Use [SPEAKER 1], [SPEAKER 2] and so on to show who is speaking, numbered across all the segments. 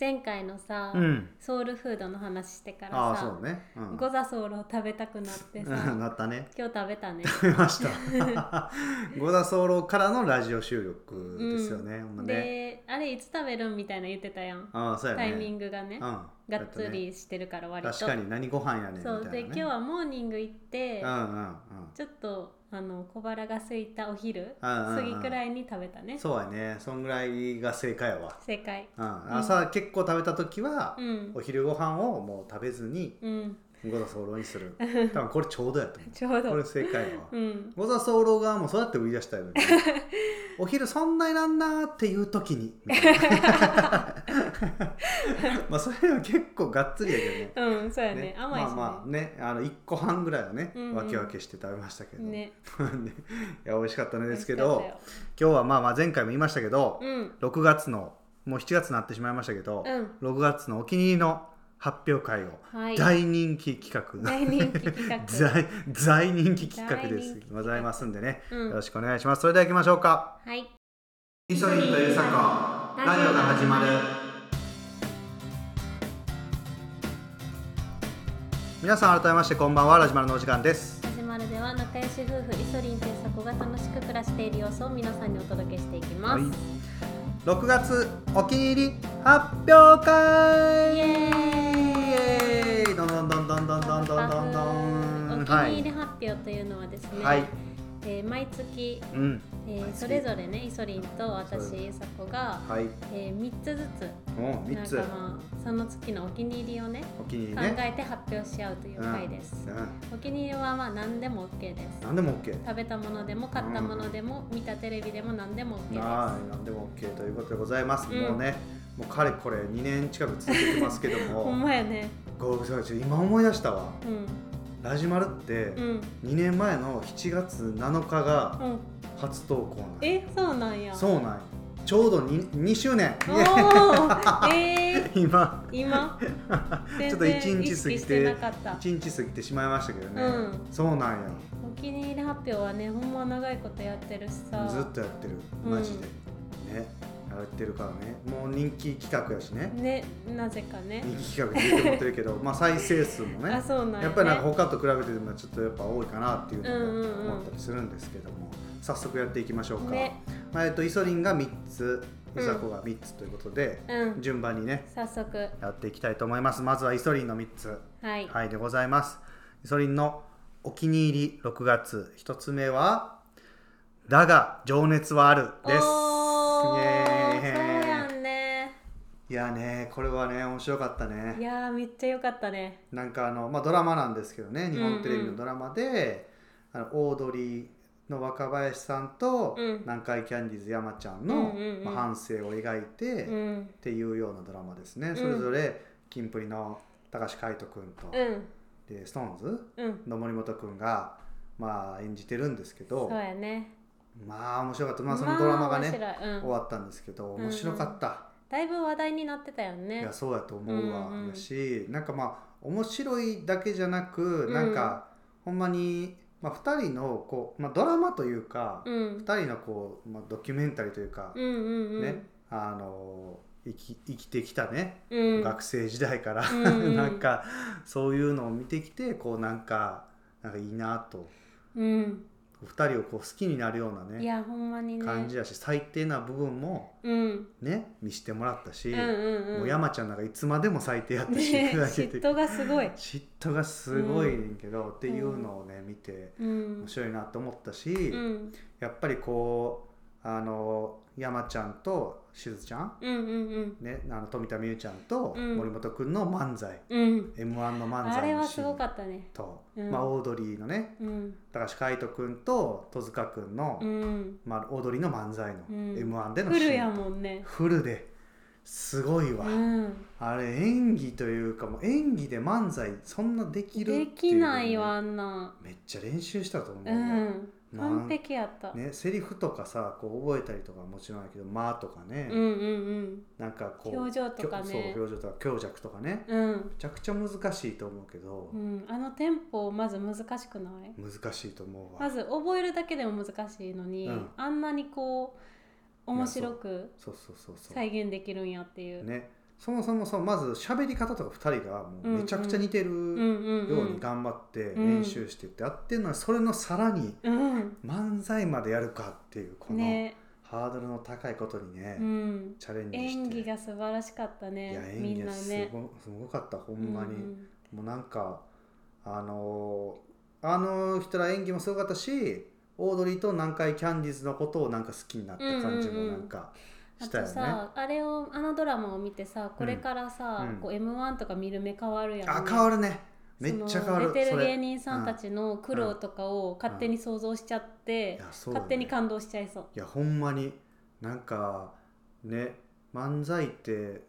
[SPEAKER 1] 前回のさ、
[SPEAKER 2] うん
[SPEAKER 1] ソウルフードの話してから
[SPEAKER 2] ああ
[SPEAKER 1] さ、
[SPEAKER 2] そうね、うん、
[SPEAKER 1] ゴザソウルを食べたくなってさ
[SPEAKER 2] なったね
[SPEAKER 1] 今日食べたね
[SPEAKER 2] 食べました ゴダソロからのラジオ収録です よね、ほんまね
[SPEAKER 1] であれいつ食べるんみたいな言ってたやん、
[SPEAKER 2] ああそうやね
[SPEAKER 1] タイミングがね、
[SPEAKER 2] うん、
[SPEAKER 1] がっつ
[SPEAKER 2] や
[SPEAKER 1] りしてるから
[SPEAKER 2] たね
[SPEAKER 1] 割と
[SPEAKER 2] 確かに何ご飯やねんみたい
[SPEAKER 1] そ
[SPEAKER 2] な、ね、
[SPEAKER 1] うで今日はモーニング行って、
[SPEAKER 2] うんうん
[SPEAKER 1] ちょっとあの小腹が空いたお昼
[SPEAKER 2] うんうんうん
[SPEAKER 1] 過ぎくらいに食べた
[SPEAKER 2] う
[SPEAKER 1] ね
[SPEAKER 2] んそうやねそんぐらいが正解やわ、
[SPEAKER 1] 正解
[SPEAKER 2] うん、朝結構食べた時は、
[SPEAKER 1] うん
[SPEAKER 2] お昼ご飯をもう食べずに
[SPEAKER 1] うん
[SPEAKER 2] ゴダソロに する多分これちょうどやと思
[SPEAKER 1] ちょう
[SPEAKER 2] うこれ
[SPEAKER 1] ど
[SPEAKER 2] 正解やわ、
[SPEAKER 1] うん
[SPEAKER 2] ゴザソロ側もそうやって売り 出したいのにお昼そんないらんなーっていう 時に みたいなまあそれは結構がっつりやけどね
[SPEAKER 1] うんそうやね甘いしね,、
[SPEAKER 2] まあまあねあの1個半ぐらいはね、
[SPEAKER 1] うんうん
[SPEAKER 2] わけわけして食べましたけど、
[SPEAKER 1] ね
[SPEAKER 2] ねいや美味しかったねですけ
[SPEAKER 1] 美味
[SPEAKER 2] ど
[SPEAKER 1] しかっ
[SPEAKER 2] 今日はまあまあ前回も言いましたけど
[SPEAKER 1] た、ようん
[SPEAKER 2] 6月のもう7月になってしまいましたけど、
[SPEAKER 1] うん
[SPEAKER 2] 6月のお気に入りの発表会を
[SPEAKER 1] はい
[SPEAKER 2] 大人気企画、
[SPEAKER 1] 大人気企画
[SPEAKER 2] 在在人気企画です
[SPEAKER 1] 大人気企画
[SPEAKER 2] ございますんでね、
[SPEAKER 1] うん
[SPEAKER 2] よろしくお願いしますそれでは行きましょうか
[SPEAKER 1] はい
[SPEAKER 2] イソリンとユサコラジオが始まる皆さん改めましてこんばんはラジマルのお時間です
[SPEAKER 1] 始まるでは仲良し夫婦イソリンとイサコが楽しく暮らしている様子を皆さんにお届けしていきます、
[SPEAKER 2] 6月お気に入り発表会
[SPEAKER 1] イエーイ
[SPEAKER 2] どんどんどんどんどんどんどんどんどん
[SPEAKER 1] お気
[SPEAKER 2] は
[SPEAKER 1] に入り
[SPEAKER 2] い
[SPEAKER 1] 発表というのはですね、
[SPEAKER 2] はい
[SPEAKER 1] えー毎月、
[SPEAKER 2] うん
[SPEAKER 1] えー
[SPEAKER 2] 毎月
[SPEAKER 1] それぞれねイソリンと
[SPEAKER 2] それ
[SPEAKER 1] 私イサコが、
[SPEAKER 2] はい
[SPEAKER 1] えー、3つず
[SPEAKER 2] もう
[SPEAKER 1] つ
[SPEAKER 2] 三つ
[SPEAKER 1] なんかまあその月のお気に入りをね
[SPEAKER 2] お気に入
[SPEAKER 1] 考
[SPEAKER 2] りね
[SPEAKER 1] えて発表し合うという回です、
[SPEAKER 2] うん
[SPEAKER 1] お気に入りはまあ何でも OK です
[SPEAKER 2] 何でも OK
[SPEAKER 1] 食べたものでも買ったものでも、見たテレビでも何でも OK です
[SPEAKER 2] はい、なんでも OK ということでございます、
[SPEAKER 1] うん
[SPEAKER 2] もうねもうかれこれ2年近く続けてますけど
[SPEAKER 1] ほん
[SPEAKER 2] も
[SPEAKER 1] まやね
[SPEAKER 2] ごめんなさい今思い出したわ
[SPEAKER 1] うん
[SPEAKER 2] ラジマルって
[SPEAKER 1] うん
[SPEAKER 2] 2年前の7月7日
[SPEAKER 1] う
[SPEAKER 2] が
[SPEAKER 1] ん
[SPEAKER 2] 初投稿なんや
[SPEAKER 1] えそうなんや
[SPEAKER 2] そうなんやちょうど 2, 2周年
[SPEAKER 1] お
[SPEAKER 2] イエーイ
[SPEAKER 1] ーえ
[SPEAKER 2] 今
[SPEAKER 1] ー、今
[SPEAKER 2] ちょっと一日過ぎ
[SPEAKER 1] 全然意識して
[SPEAKER 2] て
[SPEAKER 1] なかった
[SPEAKER 2] 1日過ぎてしまいましたけどね、
[SPEAKER 1] うん
[SPEAKER 2] そうなんや
[SPEAKER 1] お気に入り発表はねほんま長いことやってるしさ
[SPEAKER 2] ずっとやってるマジで、ねやってるからねもう人気企画やしね
[SPEAKER 1] ねなぜかね
[SPEAKER 2] 人気企画で言ってもって るけどまあ再生数もね
[SPEAKER 1] あそうなんや,、ね、
[SPEAKER 2] やっぱりなんか他と比べてもちょっとやっぱ多いかなっていう
[SPEAKER 1] うんうん
[SPEAKER 2] の
[SPEAKER 1] うん
[SPEAKER 2] も思ったりするんですけども、早速やっていきましょうか、
[SPEAKER 1] ね
[SPEAKER 2] まあえっと、イソリンが3つ
[SPEAKER 1] うん
[SPEAKER 2] イサコが3つということで、
[SPEAKER 1] うん
[SPEAKER 2] 順番にね
[SPEAKER 1] 早速
[SPEAKER 2] やっていきたいと思いますまずはイソリンの3つ
[SPEAKER 1] はい、
[SPEAKER 2] はいでございますイソリンのお気に入り6月1つ目は「だが情熱はある」です
[SPEAKER 1] おー
[SPEAKER 2] イエーイ
[SPEAKER 1] そうやんね
[SPEAKER 2] いやねこれはね面白かったね
[SPEAKER 1] いやーめっちゃ良かったね
[SPEAKER 2] なんかあの、まあ、ドラマなんですけどね日
[SPEAKER 1] うんう
[SPEAKER 2] 本
[SPEAKER 1] ん
[SPEAKER 2] テレビのドラマで、あのオードリーの若林さんと、
[SPEAKER 1] うん
[SPEAKER 2] 南海キャンディーズ山ちゃん
[SPEAKER 1] うん
[SPEAKER 2] の、
[SPEAKER 1] うんうん
[SPEAKER 2] まあ、反省を描いて、
[SPEAKER 1] う
[SPEAKER 2] っ
[SPEAKER 1] ん
[SPEAKER 2] ていうようなドラマですね、
[SPEAKER 1] ん
[SPEAKER 2] それぞれキンプリの高橋海人君と、
[SPEAKER 1] うん
[SPEAKER 2] で SixTONES
[SPEAKER 1] うん
[SPEAKER 2] の森本君が、まあ、演じてるんですけど
[SPEAKER 1] そうやね
[SPEAKER 2] まあ面白かった、まあ、そのドラマがね、
[SPEAKER 1] まあ面白いうん
[SPEAKER 2] 終わったんですけど
[SPEAKER 1] んうん
[SPEAKER 2] 面白かった。
[SPEAKER 1] だいぶ話題になってたよね
[SPEAKER 2] いやそうやと思うわ、
[SPEAKER 1] うんうん
[SPEAKER 2] やしなんかまあ面白いだけじゃなく、
[SPEAKER 1] うん
[SPEAKER 2] なんかほんまに、まあ、2人のこう、まあ、ドラマというか、
[SPEAKER 1] う
[SPEAKER 2] 二
[SPEAKER 1] ん
[SPEAKER 2] 2人のこう、まあ、ドキュメンタリーというか
[SPEAKER 1] う、んうんうん
[SPEAKER 2] ねあの生き生きてきたね、
[SPEAKER 1] うん
[SPEAKER 2] 学生時代から、
[SPEAKER 1] うんうん
[SPEAKER 2] なんかそういうのを見てきてこうなんかなんかいいなと
[SPEAKER 1] うん
[SPEAKER 2] 2人をこう好きになるようないね
[SPEAKER 1] やほんまにね
[SPEAKER 2] 感じやし最低な部分も
[SPEAKER 1] うん
[SPEAKER 2] ね見してもらったし、
[SPEAKER 1] うんうんうん
[SPEAKER 2] もう山ちゃんなんかいつまでも最低や ったし、
[SPEAKER 1] ね
[SPEAKER 2] ふざけて
[SPEAKER 1] 嫉妬がすごい
[SPEAKER 2] 嫉妬がすごいねんけど、っていうのをね見て
[SPEAKER 1] うん
[SPEAKER 2] 面白いなと思ったし、
[SPEAKER 1] うん
[SPEAKER 2] やっぱりこうあの山ちゃんとしずちゃん、
[SPEAKER 1] うんうんうん
[SPEAKER 2] ね、あの富田美優ちゃんと
[SPEAKER 1] うん
[SPEAKER 2] 森本君の漫才、
[SPEAKER 1] うん、
[SPEAKER 2] m 1の漫
[SPEAKER 1] あ
[SPEAKER 2] 才
[SPEAKER 1] れ
[SPEAKER 2] の
[SPEAKER 1] は
[SPEAKER 2] シ
[SPEAKER 1] す
[SPEAKER 2] ー
[SPEAKER 1] ご
[SPEAKER 2] ン
[SPEAKER 1] かったね。
[SPEAKER 2] と、
[SPEAKER 1] うん
[SPEAKER 2] まあ、オードリーのね
[SPEAKER 1] うん、
[SPEAKER 2] 高橋海人君と戸塚君の、
[SPEAKER 1] うん、
[SPEAKER 2] まあ、オードリーの漫才の
[SPEAKER 1] うん
[SPEAKER 2] m 1での
[SPEAKER 1] フ
[SPEAKER 2] シ
[SPEAKER 1] ル
[SPEAKER 2] ー
[SPEAKER 1] や
[SPEAKER 2] ン、
[SPEAKER 1] もんね。
[SPEAKER 2] フルですごいうわ。
[SPEAKER 1] ん、
[SPEAKER 2] あれ演技というかもう演技で漫才そんなできるっていう
[SPEAKER 1] できないわあんな。
[SPEAKER 2] めっちゃ練習したと思う
[SPEAKER 1] う
[SPEAKER 2] わ、
[SPEAKER 1] ん、
[SPEAKER 2] まあ
[SPEAKER 1] 完璧やった。
[SPEAKER 2] ねセリフとかさこう覚えたりとかはもちろんやけど「まあ」とかね、
[SPEAKER 1] うんうん
[SPEAKER 2] なんかこう
[SPEAKER 1] 表情とかね
[SPEAKER 2] きょそう表情とか強弱とかね
[SPEAKER 1] うん、うん、
[SPEAKER 2] めちゃくちゃ難しいと思うけど
[SPEAKER 1] う、ん、あのテンポまず難しくない。
[SPEAKER 2] 難しいと思うわ、
[SPEAKER 1] まず覚えるだけでも難しいのに、
[SPEAKER 2] うん
[SPEAKER 1] あんなにこう面白く
[SPEAKER 2] そうそうそうそう
[SPEAKER 1] 再現できるんやっていう。
[SPEAKER 2] ねそもそもそうまず喋り方とか2人がもうめちゃくちゃ似て
[SPEAKER 1] うん
[SPEAKER 2] る
[SPEAKER 1] うんうん
[SPEAKER 2] ように頑張って練習してってやってるのにそれのさらに
[SPEAKER 1] うん
[SPEAKER 2] 漫才までやるかっていうこの
[SPEAKER 1] ね
[SPEAKER 2] ハードルの高いことにね
[SPEAKER 1] うん
[SPEAKER 2] チャレンジして
[SPEAKER 1] 演技が素晴らしかった
[SPEAKER 2] いや
[SPEAKER 1] ねみ
[SPEAKER 2] 演技
[SPEAKER 1] ん
[SPEAKER 2] が
[SPEAKER 1] な
[SPEAKER 2] す
[SPEAKER 1] ね
[SPEAKER 2] ごすごかったほんまに、
[SPEAKER 1] うん
[SPEAKER 2] もうなんかあのーあの人ら演技もすごかったしオードリーと南海キャンディーズのことをなんか好きになった感じもなんか
[SPEAKER 1] あ
[SPEAKER 2] したよ
[SPEAKER 1] と
[SPEAKER 2] ね、
[SPEAKER 1] さあれをあのドラマを見てさこれからさ
[SPEAKER 2] うん
[SPEAKER 1] こう m 1とか見る目変わるやん
[SPEAKER 2] あ変わるねめっちゃ変わる
[SPEAKER 1] その出て
[SPEAKER 2] そ
[SPEAKER 1] る
[SPEAKER 2] れ
[SPEAKER 1] 芸人さんたちの苦労とかを勝手に想像しちゃって、
[SPEAKER 2] いやそうだね
[SPEAKER 1] 勝手に感動しちゃいそう。
[SPEAKER 2] いやほんまになんかね漫才って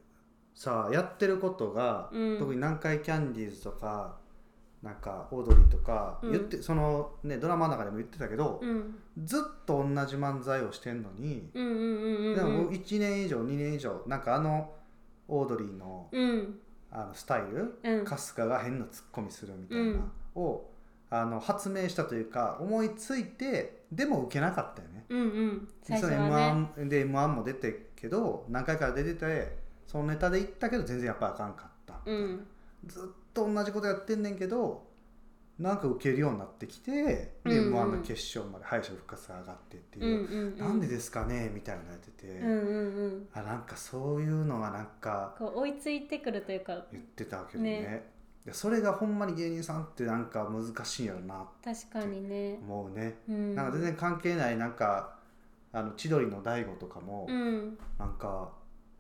[SPEAKER 2] さやってることが、
[SPEAKER 1] うん
[SPEAKER 2] 特に南海キャンディーズとかなんかオードリーとか
[SPEAKER 1] うん
[SPEAKER 2] 言って、そのねドラマの中でも言ってたけど、
[SPEAKER 1] うん、
[SPEAKER 2] ずっと同じ漫才をしてんのに、
[SPEAKER 1] うんうんうんうん
[SPEAKER 2] でももう1年以上2年以上なんかあのオードリーの
[SPEAKER 1] うん
[SPEAKER 2] あのスタイル、
[SPEAKER 1] うん
[SPEAKER 2] 春日が変なツッコミするみたいな、
[SPEAKER 1] うん
[SPEAKER 2] をあの発明したというか思いついてでも受けなかったよね。
[SPEAKER 1] うんうん最
[SPEAKER 2] そ
[SPEAKER 1] 初
[SPEAKER 2] の
[SPEAKER 1] はね
[SPEAKER 2] M1 で M1 も出てけど何回か出ててそのネタで行ったけど全然やっぱあかんかったみた
[SPEAKER 1] う
[SPEAKER 2] いな、
[SPEAKER 1] ん
[SPEAKER 2] ずっと同じことやってんねんけどなんか受けるようになってきて、で
[SPEAKER 1] うんうん
[SPEAKER 2] M1 の決勝まで敗者復活が上がってって
[SPEAKER 1] うんう
[SPEAKER 2] いう、
[SPEAKER 1] ん
[SPEAKER 2] なんでですかねみたいなのやってて、
[SPEAKER 1] うんうんうん
[SPEAKER 2] あなんかそういうのはなんか
[SPEAKER 1] こう追いついてくるというか
[SPEAKER 2] 言ってたけどね
[SPEAKER 1] ね
[SPEAKER 2] でそれがほんまに芸人さんってなんか難しいんやろな
[SPEAKER 1] 確かにね、
[SPEAKER 2] 思うね、
[SPEAKER 1] うん、
[SPEAKER 2] なんか全然関係ないなんかあの千鳥の大悟とかも、
[SPEAKER 1] うん
[SPEAKER 2] なんか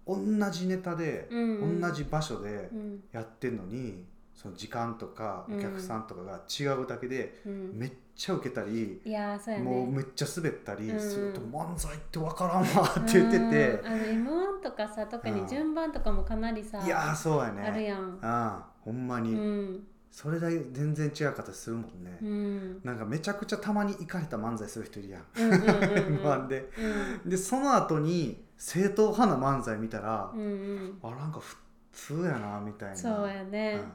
[SPEAKER 2] 同じネタで、
[SPEAKER 1] うんうん
[SPEAKER 2] 同じ場所で
[SPEAKER 1] うん
[SPEAKER 2] やってんのにその時間とか
[SPEAKER 1] うん
[SPEAKER 2] お客さんとかが違うだけで、
[SPEAKER 1] うん
[SPEAKER 2] めっちゃ受けたり、
[SPEAKER 1] いやーそうやね
[SPEAKER 2] もうめっちゃ滑ったり
[SPEAKER 1] うん
[SPEAKER 2] すると漫才ってわからんわって言って
[SPEAKER 1] うんあの m 1とかさ特
[SPEAKER 2] う
[SPEAKER 1] に
[SPEAKER 2] ん
[SPEAKER 1] 順番とかもかなりさ、
[SPEAKER 2] ていやーそうやね
[SPEAKER 1] あるやん
[SPEAKER 2] あほんま
[SPEAKER 1] う
[SPEAKER 2] に、
[SPEAKER 1] ん
[SPEAKER 2] それだけ全然違う形するもんね、
[SPEAKER 1] うん
[SPEAKER 2] なんかめちゃくちゃたまにいかれた漫才する人いるやん、
[SPEAKER 1] うんうん うんうん
[SPEAKER 2] M1 で
[SPEAKER 1] うん
[SPEAKER 2] でその後に正統派な漫才見たら、
[SPEAKER 1] うんうん
[SPEAKER 2] あなんか普通やなみたいな
[SPEAKER 1] そうやね、
[SPEAKER 2] うん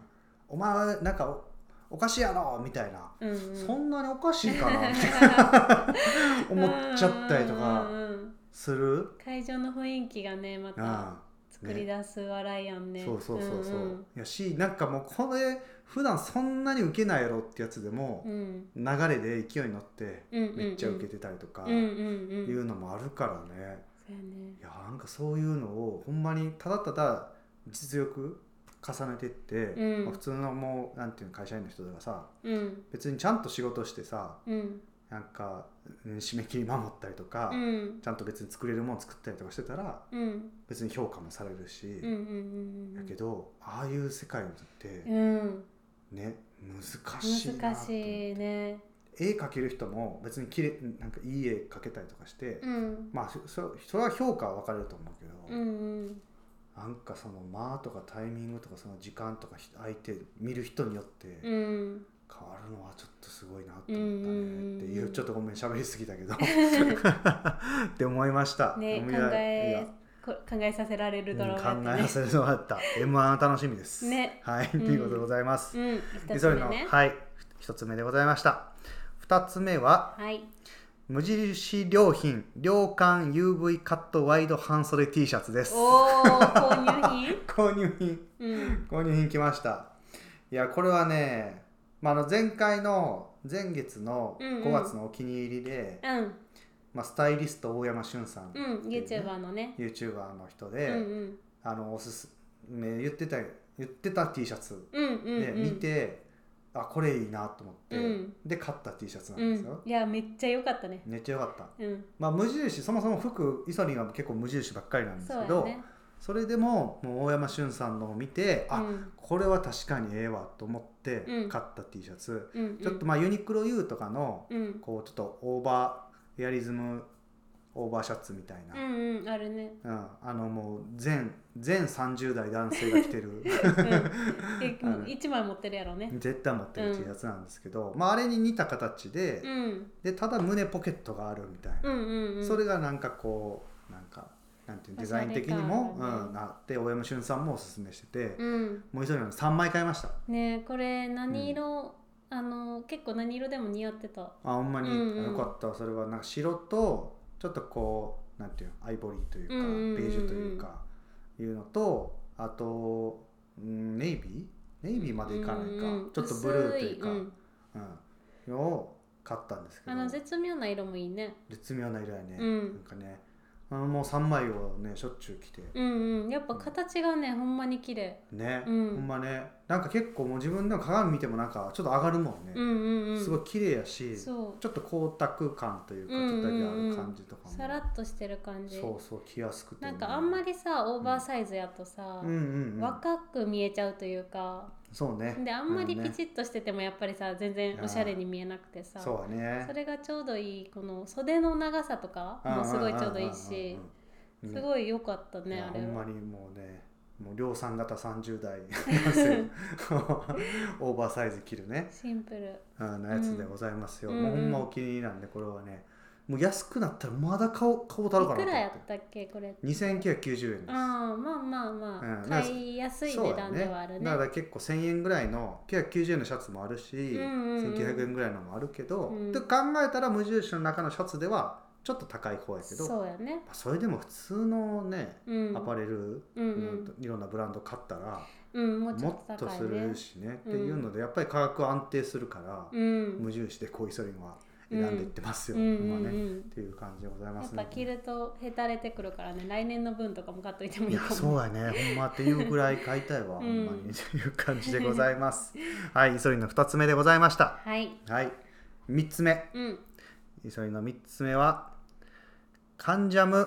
[SPEAKER 2] お前はなんかおおかしいやろみたいな、
[SPEAKER 1] うんうん、
[SPEAKER 2] そんなにおかしい かなみたいな思っちゃったりと
[SPEAKER 1] うん
[SPEAKER 2] か
[SPEAKER 1] うんうん
[SPEAKER 2] する、
[SPEAKER 1] 会場の雰囲気がねま
[SPEAKER 2] う
[SPEAKER 1] た作り出す笑いやん
[SPEAKER 2] ん
[SPEAKER 1] ね
[SPEAKER 2] そうそうそうそう、
[SPEAKER 1] ん
[SPEAKER 2] やしなんかもうこれ普段そんなに受けないやろってやつでも、
[SPEAKER 1] うん
[SPEAKER 2] 流れで勢いに乗って
[SPEAKER 1] うんうんうん
[SPEAKER 2] めっちゃ受けてたりとか
[SPEAKER 1] うん
[SPEAKER 2] い
[SPEAKER 1] うんうん
[SPEAKER 2] うのもあるからね、
[SPEAKER 1] そうやね
[SPEAKER 2] いやなんかそういうのをほんまにただただ実力重ねてって、
[SPEAKER 1] うん
[SPEAKER 2] まあ普通のもうなんていうの会社員の人とかさ
[SPEAKER 1] うん
[SPEAKER 2] 別にちゃんと仕事してさ
[SPEAKER 1] うん
[SPEAKER 2] なんか、うん締め切り守ったりとか、
[SPEAKER 1] うん
[SPEAKER 2] ちゃんと別に作れるもの作ったりとかしてたら
[SPEAKER 1] うん
[SPEAKER 2] 別に評価もされるし、
[SPEAKER 1] うんうんうんうん
[SPEAKER 2] やけどああいう世界のって
[SPEAKER 1] うん
[SPEAKER 2] ね、難しいな
[SPEAKER 1] 難しいね
[SPEAKER 2] 絵描ける人も別にきれなんかいい絵描けたりとかして、
[SPEAKER 1] うん
[SPEAKER 2] まあそそそれは評価は分かれると思うけど、
[SPEAKER 1] うんうん
[SPEAKER 2] なんかその間とかタイミングとかその時間とかひ相手見る人によって
[SPEAKER 1] う
[SPEAKER 2] 変
[SPEAKER 1] ん
[SPEAKER 2] わるのはちょっとすごいなと思ったねってい
[SPEAKER 1] うんうんう
[SPEAKER 2] うんちょっとごめん喋りすぎた けどって思いました。
[SPEAKER 1] ね
[SPEAKER 2] 思
[SPEAKER 1] 考
[SPEAKER 2] いやい
[SPEAKER 1] え
[SPEAKER 2] や
[SPEAKER 1] こ考えさせられるドラマや
[SPEAKER 2] う
[SPEAKER 1] っ
[SPEAKER 2] ん
[SPEAKER 1] た
[SPEAKER 2] 考え
[SPEAKER 1] ね
[SPEAKER 2] させてもらった M1 楽しみです。
[SPEAKER 1] ね
[SPEAKER 2] はい、と
[SPEAKER 1] ん
[SPEAKER 2] いうことでございます。
[SPEAKER 1] うん
[SPEAKER 2] で
[SPEAKER 1] 一
[SPEAKER 2] そ
[SPEAKER 1] つ
[SPEAKER 2] れ
[SPEAKER 1] 目
[SPEAKER 2] の
[SPEAKER 1] ね
[SPEAKER 2] はい一つ目でございました。二つ目は
[SPEAKER 1] はい
[SPEAKER 2] 無印良品量感 UV カットワイド半袖 T シャツです。
[SPEAKER 1] おお購入品
[SPEAKER 2] 購入品。
[SPEAKER 1] うん
[SPEAKER 2] 購入品来ましたいやこれはね、まあ、あの前回の前月の
[SPEAKER 1] うんうん
[SPEAKER 2] 5月のお気に入りで、
[SPEAKER 1] うん
[SPEAKER 2] まあ、スタイリスト大山俊さん、
[SPEAKER 1] うん、YouTuber のね。
[SPEAKER 2] YouTuber の人
[SPEAKER 1] うん
[SPEAKER 2] で、
[SPEAKER 1] うん
[SPEAKER 2] あのおすすめ言ってた言ってた T シャツ
[SPEAKER 1] うんうん
[SPEAKER 2] で
[SPEAKER 1] うん。
[SPEAKER 2] 見て、あこれいいなと思って、
[SPEAKER 1] うん
[SPEAKER 2] で買った T シャツな
[SPEAKER 1] うん
[SPEAKER 2] です
[SPEAKER 1] ん
[SPEAKER 2] よ、、
[SPEAKER 1] いやめっちゃ良かったね。
[SPEAKER 2] めっちゃよかった、
[SPEAKER 1] うん。
[SPEAKER 2] まあ、無印そもそも服イソリンは結構無印ばっかりなんです
[SPEAKER 1] そう
[SPEAKER 2] け
[SPEAKER 1] や
[SPEAKER 2] どそ,、
[SPEAKER 1] ね。
[SPEAKER 2] れでももう大山俊さんのを見て、
[SPEAKER 1] う
[SPEAKER 2] あ
[SPEAKER 1] ん
[SPEAKER 2] これは確かにええわと思って
[SPEAKER 1] うん
[SPEAKER 2] 買った T シャツ、
[SPEAKER 1] うんうん、
[SPEAKER 2] ちょっとまあユニクロ U とかの
[SPEAKER 1] うん
[SPEAKER 2] こうちょっとオーバーエアリズムオーバーシャツみたいな、
[SPEAKER 1] うんうんあるね。
[SPEAKER 2] うんあのもう全全30代男性が着 てるあ
[SPEAKER 1] う
[SPEAKER 2] の
[SPEAKER 1] ん。一枚持ってるやろね。
[SPEAKER 2] 絶対持ってる T シャツなんですけど、まあ、あれに似た形で,、
[SPEAKER 1] うん
[SPEAKER 2] でただ胸ポケットがあるみたいな、
[SPEAKER 1] うんうんうん。
[SPEAKER 2] それがなんかこうなんかなんていうのデザイン的にも
[SPEAKER 1] お、しゃれ感がね
[SPEAKER 2] うん、あって大山俊さんもおすすめしてて、
[SPEAKER 1] うん。
[SPEAKER 2] もう一人の3枚買いました
[SPEAKER 1] ねえこれ何色、あの結構何色でも似合ってた。
[SPEAKER 2] あほんまに、
[SPEAKER 1] うんうん
[SPEAKER 2] よかったそれはなんか白とちょっとこうなんていうのアイボリーというか、
[SPEAKER 1] うんうんうんうん
[SPEAKER 2] ベージュというかいうのとあとうんネイビーネイビーまでいかないか、
[SPEAKER 1] うんうん
[SPEAKER 2] ちょっとブルーというか、
[SPEAKER 1] 薄ん
[SPEAKER 2] うんを買ったんですけ
[SPEAKER 1] あ
[SPEAKER 2] ど
[SPEAKER 1] の絶妙な色もいいね
[SPEAKER 2] 絶妙な色やね、
[SPEAKER 1] うん
[SPEAKER 2] なんかねあのもう3枚をねしょっちゅう着て、
[SPEAKER 1] うんうんやっぱ形がねほんまに綺麗
[SPEAKER 2] ね、
[SPEAKER 1] うん
[SPEAKER 2] ほんまねなんか結構もう自分でも鏡見てもなんかちょっと上がるもんね、
[SPEAKER 1] うんうんうん
[SPEAKER 2] すごい綺麗やしちょ
[SPEAKER 1] そう
[SPEAKER 2] っと光沢感というか
[SPEAKER 1] うん
[SPEAKER 2] ちょっとだけあ
[SPEAKER 1] うんう
[SPEAKER 2] る
[SPEAKER 1] ん
[SPEAKER 2] 感じとかも、
[SPEAKER 1] さらっとしてる感じ
[SPEAKER 2] そうそう着やすくてね、
[SPEAKER 1] なんかあんまりさオーバーサイズやとさ、
[SPEAKER 2] うんうん、うん、
[SPEAKER 1] 若く見えちゃうというか
[SPEAKER 2] そうね
[SPEAKER 1] であんまりピ
[SPEAKER 2] ッ
[SPEAKER 1] チッとしててもやっぱりさ全然おしゃれに見えなくてさ
[SPEAKER 2] そうやね
[SPEAKER 1] それがちょうどいいこの袖の長さとかもすごいちょうどいいし
[SPEAKER 2] うんうんうんうんうん
[SPEAKER 1] すごい良かった
[SPEAKER 2] い
[SPEAKER 1] ね
[SPEAKER 2] や
[SPEAKER 1] あれ
[SPEAKER 2] ほんま
[SPEAKER 1] は。
[SPEAKER 2] にもうねもう量産型30代 男性オーバーサイズ着るね
[SPEAKER 1] シンプル
[SPEAKER 2] あのやつでございますよ、
[SPEAKER 1] うん
[SPEAKER 2] もうほんまお気に入りなんでこれはねもう安くなったらまだ買おう買おうたろうか
[SPEAKER 1] い
[SPEAKER 2] な
[SPEAKER 1] く
[SPEAKER 2] と
[SPEAKER 1] ら
[SPEAKER 2] 思
[SPEAKER 1] や
[SPEAKER 2] っ
[SPEAKER 1] ったっけこれって
[SPEAKER 2] て2990円です
[SPEAKER 1] ああまあまあまあ、
[SPEAKER 2] うん
[SPEAKER 1] 買いやすい
[SPEAKER 2] そう
[SPEAKER 1] 値
[SPEAKER 2] だ
[SPEAKER 1] 段ではあるね
[SPEAKER 2] だから結構1,000円ぐらいの990円のシャツもあるし、
[SPEAKER 1] うんうんうん
[SPEAKER 2] 1900円ぐらいのもあるけど、
[SPEAKER 1] うん
[SPEAKER 2] で考えたら無印の中のシャツではちょっと高い方やけど
[SPEAKER 1] そうやね
[SPEAKER 2] まあそれでも普通のね
[SPEAKER 1] うん
[SPEAKER 2] アパレル、
[SPEAKER 1] うん
[SPEAKER 2] う
[SPEAKER 1] うん
[SPEAKER 2] んいろんなブランド買ったら、
[SPEAKER 1] うんもうちょ
[SPEAKER 2] も
[SPEAKER 1] っと
[SPEAKER 2] っと
[SPEAKER 1] 高い
[SPEAKER 2] す
[SPEAKER 1] ね
[SPEAKER 2] るしねっていうのでやっぱり価格安定するから、
[SPEAKER 1] うん
[SPEAKER 2] 無印でこうイソリンは選んでいってますよ、
[SPEAKER 1] うんうん
[SPEAKER 2] ほんま
[SPEAKER 1] う
[SPEAKER 2] ね、っ
[SPEAKER 1] ん
[SPEAKER 2] ていう感じでござい
[SPEAKER 1] や
[SPEAKER 2] ま
[SPEAKER 1] っ
[SPEAKER 2] す
[SPEAKER 1] ぱ着るとへたれてくるからね来年の分とかも買っといても
[SPEAKER 2] い
[SPEAKER 1] いい
[SPEAKER 2] や
[SPEAKER 1] かも
[SPEAKER 2] そうやねほんまっていうぐらい買いたいわ、
[SPEAKER 1] ん
[SPEAKER 2] ほんまにという感じでございますはいイソリンの2つ目でございました
[SPEAKER 1] はい
[SPEAKER 2] はい3つ目
[SPEAKER 1] うん
[SPEAKER 2] イソリンの3つ目は「カンジャム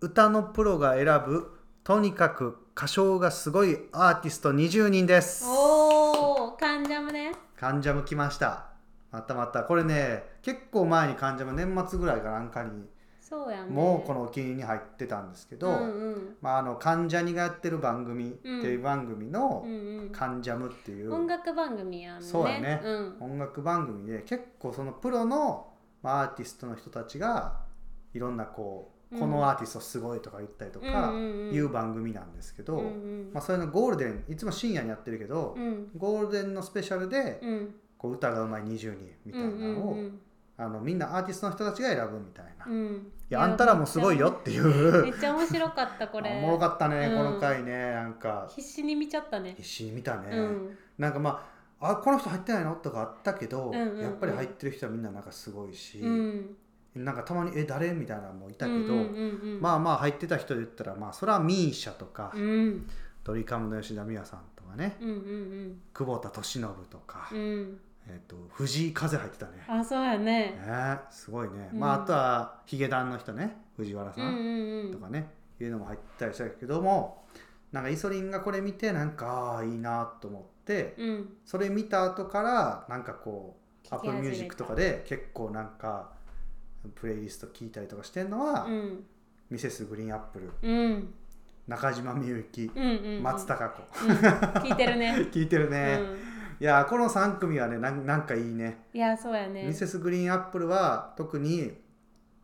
[SPEAKER 2] 歌のプロが選ぶとにかく歌唱がすごいアーティスト20人」です
[SPEAKER 1] おお関ジャムね
[SPEAKER 2] カンジャム来ましたまたまたこれね結構前にカンジャム年末ぐらいかなんかに
[SPEAKER 1] そうやね
[SPEAKER 2] もうこのお気に入りに入ってたんですけど、
[SPEAKER 1] うんうん
[SPEAKER 2] まあ、あの関ジャニがやってる番組っていう番組の
[SPEAKER 1] うん
[SPEAKER 2] 「関ジャム」っていううん
[SPEAKER 1] 音楽番組やんね
[SPEAKER 2] そうやね
[SPEAKER 1] うん
[SPEAKER 2] 音楽番組で結構そのプロのまあアーティストの人たちがいろんなこ
[SPEAKER 1] う
[SPEAKER 2] うんこのアーティストすごいとか言ったりとか
[SPEAKER 1] うんうんうん
[SPEAKER 2] いう番組なんですけど、
[SPEAKER 1] うんうん
[SPEAKER 2] まあ、それのゴールデンいつも深夜にやってるけど、
[SPEAKER 1] うん
[SPEAKER 2] ゴールデンのスペシャルで
[SPEAKER 1] うん
[SPEAKER 2] こう歌がうまい20人みたいなのを、
[SPEAKER 1] うんうん
[SPEAKER 2] あのみんなアーティストの人たちが選ぶみたいな、
[SPEAKER 1] う
[SPEAKER 2] い
[SPEAKER 1] んうん
[SPEAKER 2] やあんたらもすごいよってい
[SPEAKER 1] め
[SPEAKER 2] う
[SPEAKER 1] っちゃ面白かったこれ
[SPEAKER 2] おもろかったね、
[SPEAKER 1] うん
[SPEAKER 2] この回ねなんか
[SPEAKER 1] 必死に見ちゃったね
[SPEAKER 2] 必死に見たね、
[SPEAKER 1] うん
[SPEAKER 2] なんかまああこの人入ってないのとかあったけ
[SPEAKER 1] う
[SPEAKER 2] ど、
[SPEAKER 1] んうんうん
[SPEAKER 2] やっぱり入ってる人はみんななんかすごいし、
[SPEAKER 1] うん
[SPEAKER 2] なんかたまに「え誰?」みたいなのもいたけど、
[SPEAKER 1] あ
[SPEAKER 2] まあまあ入ってた人で言ったらまあそれはミーシャとか、
[SPEAKER 1] うんうん
[SPEAKER 2] ドリカムの吉田美和さんとかね、
[SPEAKER 1] うんうん
[SPEAKER 2] 久保田利伸とか、
[SPEAKER 1] うんうん
[SPEAKER 2] えっと藤井風入ってたね。
[SPEAKER 1] あそうや
[SPEAKER 2] ね
[SPEAKER 1] ね
[SPEAKER 2] えすごいね、
[SPEAKER 1] うん
[SPEAKER 2] まああとはヒゲダンの人ね藤原
[SPEAKER 1] う
[SPEAKER 2] さ
[SPEAKER 1] んうんんうん
[SPEAKER 2] とかね、いうのも入ってたりしたけどもなんかイソリンがこれ見てなんかああいいなと思って、
[SPEAKER 1] うん
[SPEAKER 2] それ見た後からなんかこう
[SPEAKER 1] 聞き
[SPEAKER 2] Apple
[SPEAKER 1] 始めた
[SPEAKER 2] Music とかで結構なんかプレイリスト聞いたりとかしてんのは、
[SPEAKER 1] うん
[SPEAKER 2] ミセスグリーンアップル
[SPEAKER 1] うん
[SPEAKER 2] 中島みゆき、
[SPEAKER 1] うんうんうん
[SPEAKER 2] 松たか子
[SPEAKER 1] うん聞いてるね
[SPEAKER 2] 聞いてる
[SPEAKER 1] う
[SPEAKER 2] ね、
[SPEAKER 1] ん
[SPEAKER 2] いやーこの3組はねなんなんかいいね
[SPEAKER 1] いやそうやね
[SPEAKER 2] ミセスグリーンアップルは特に、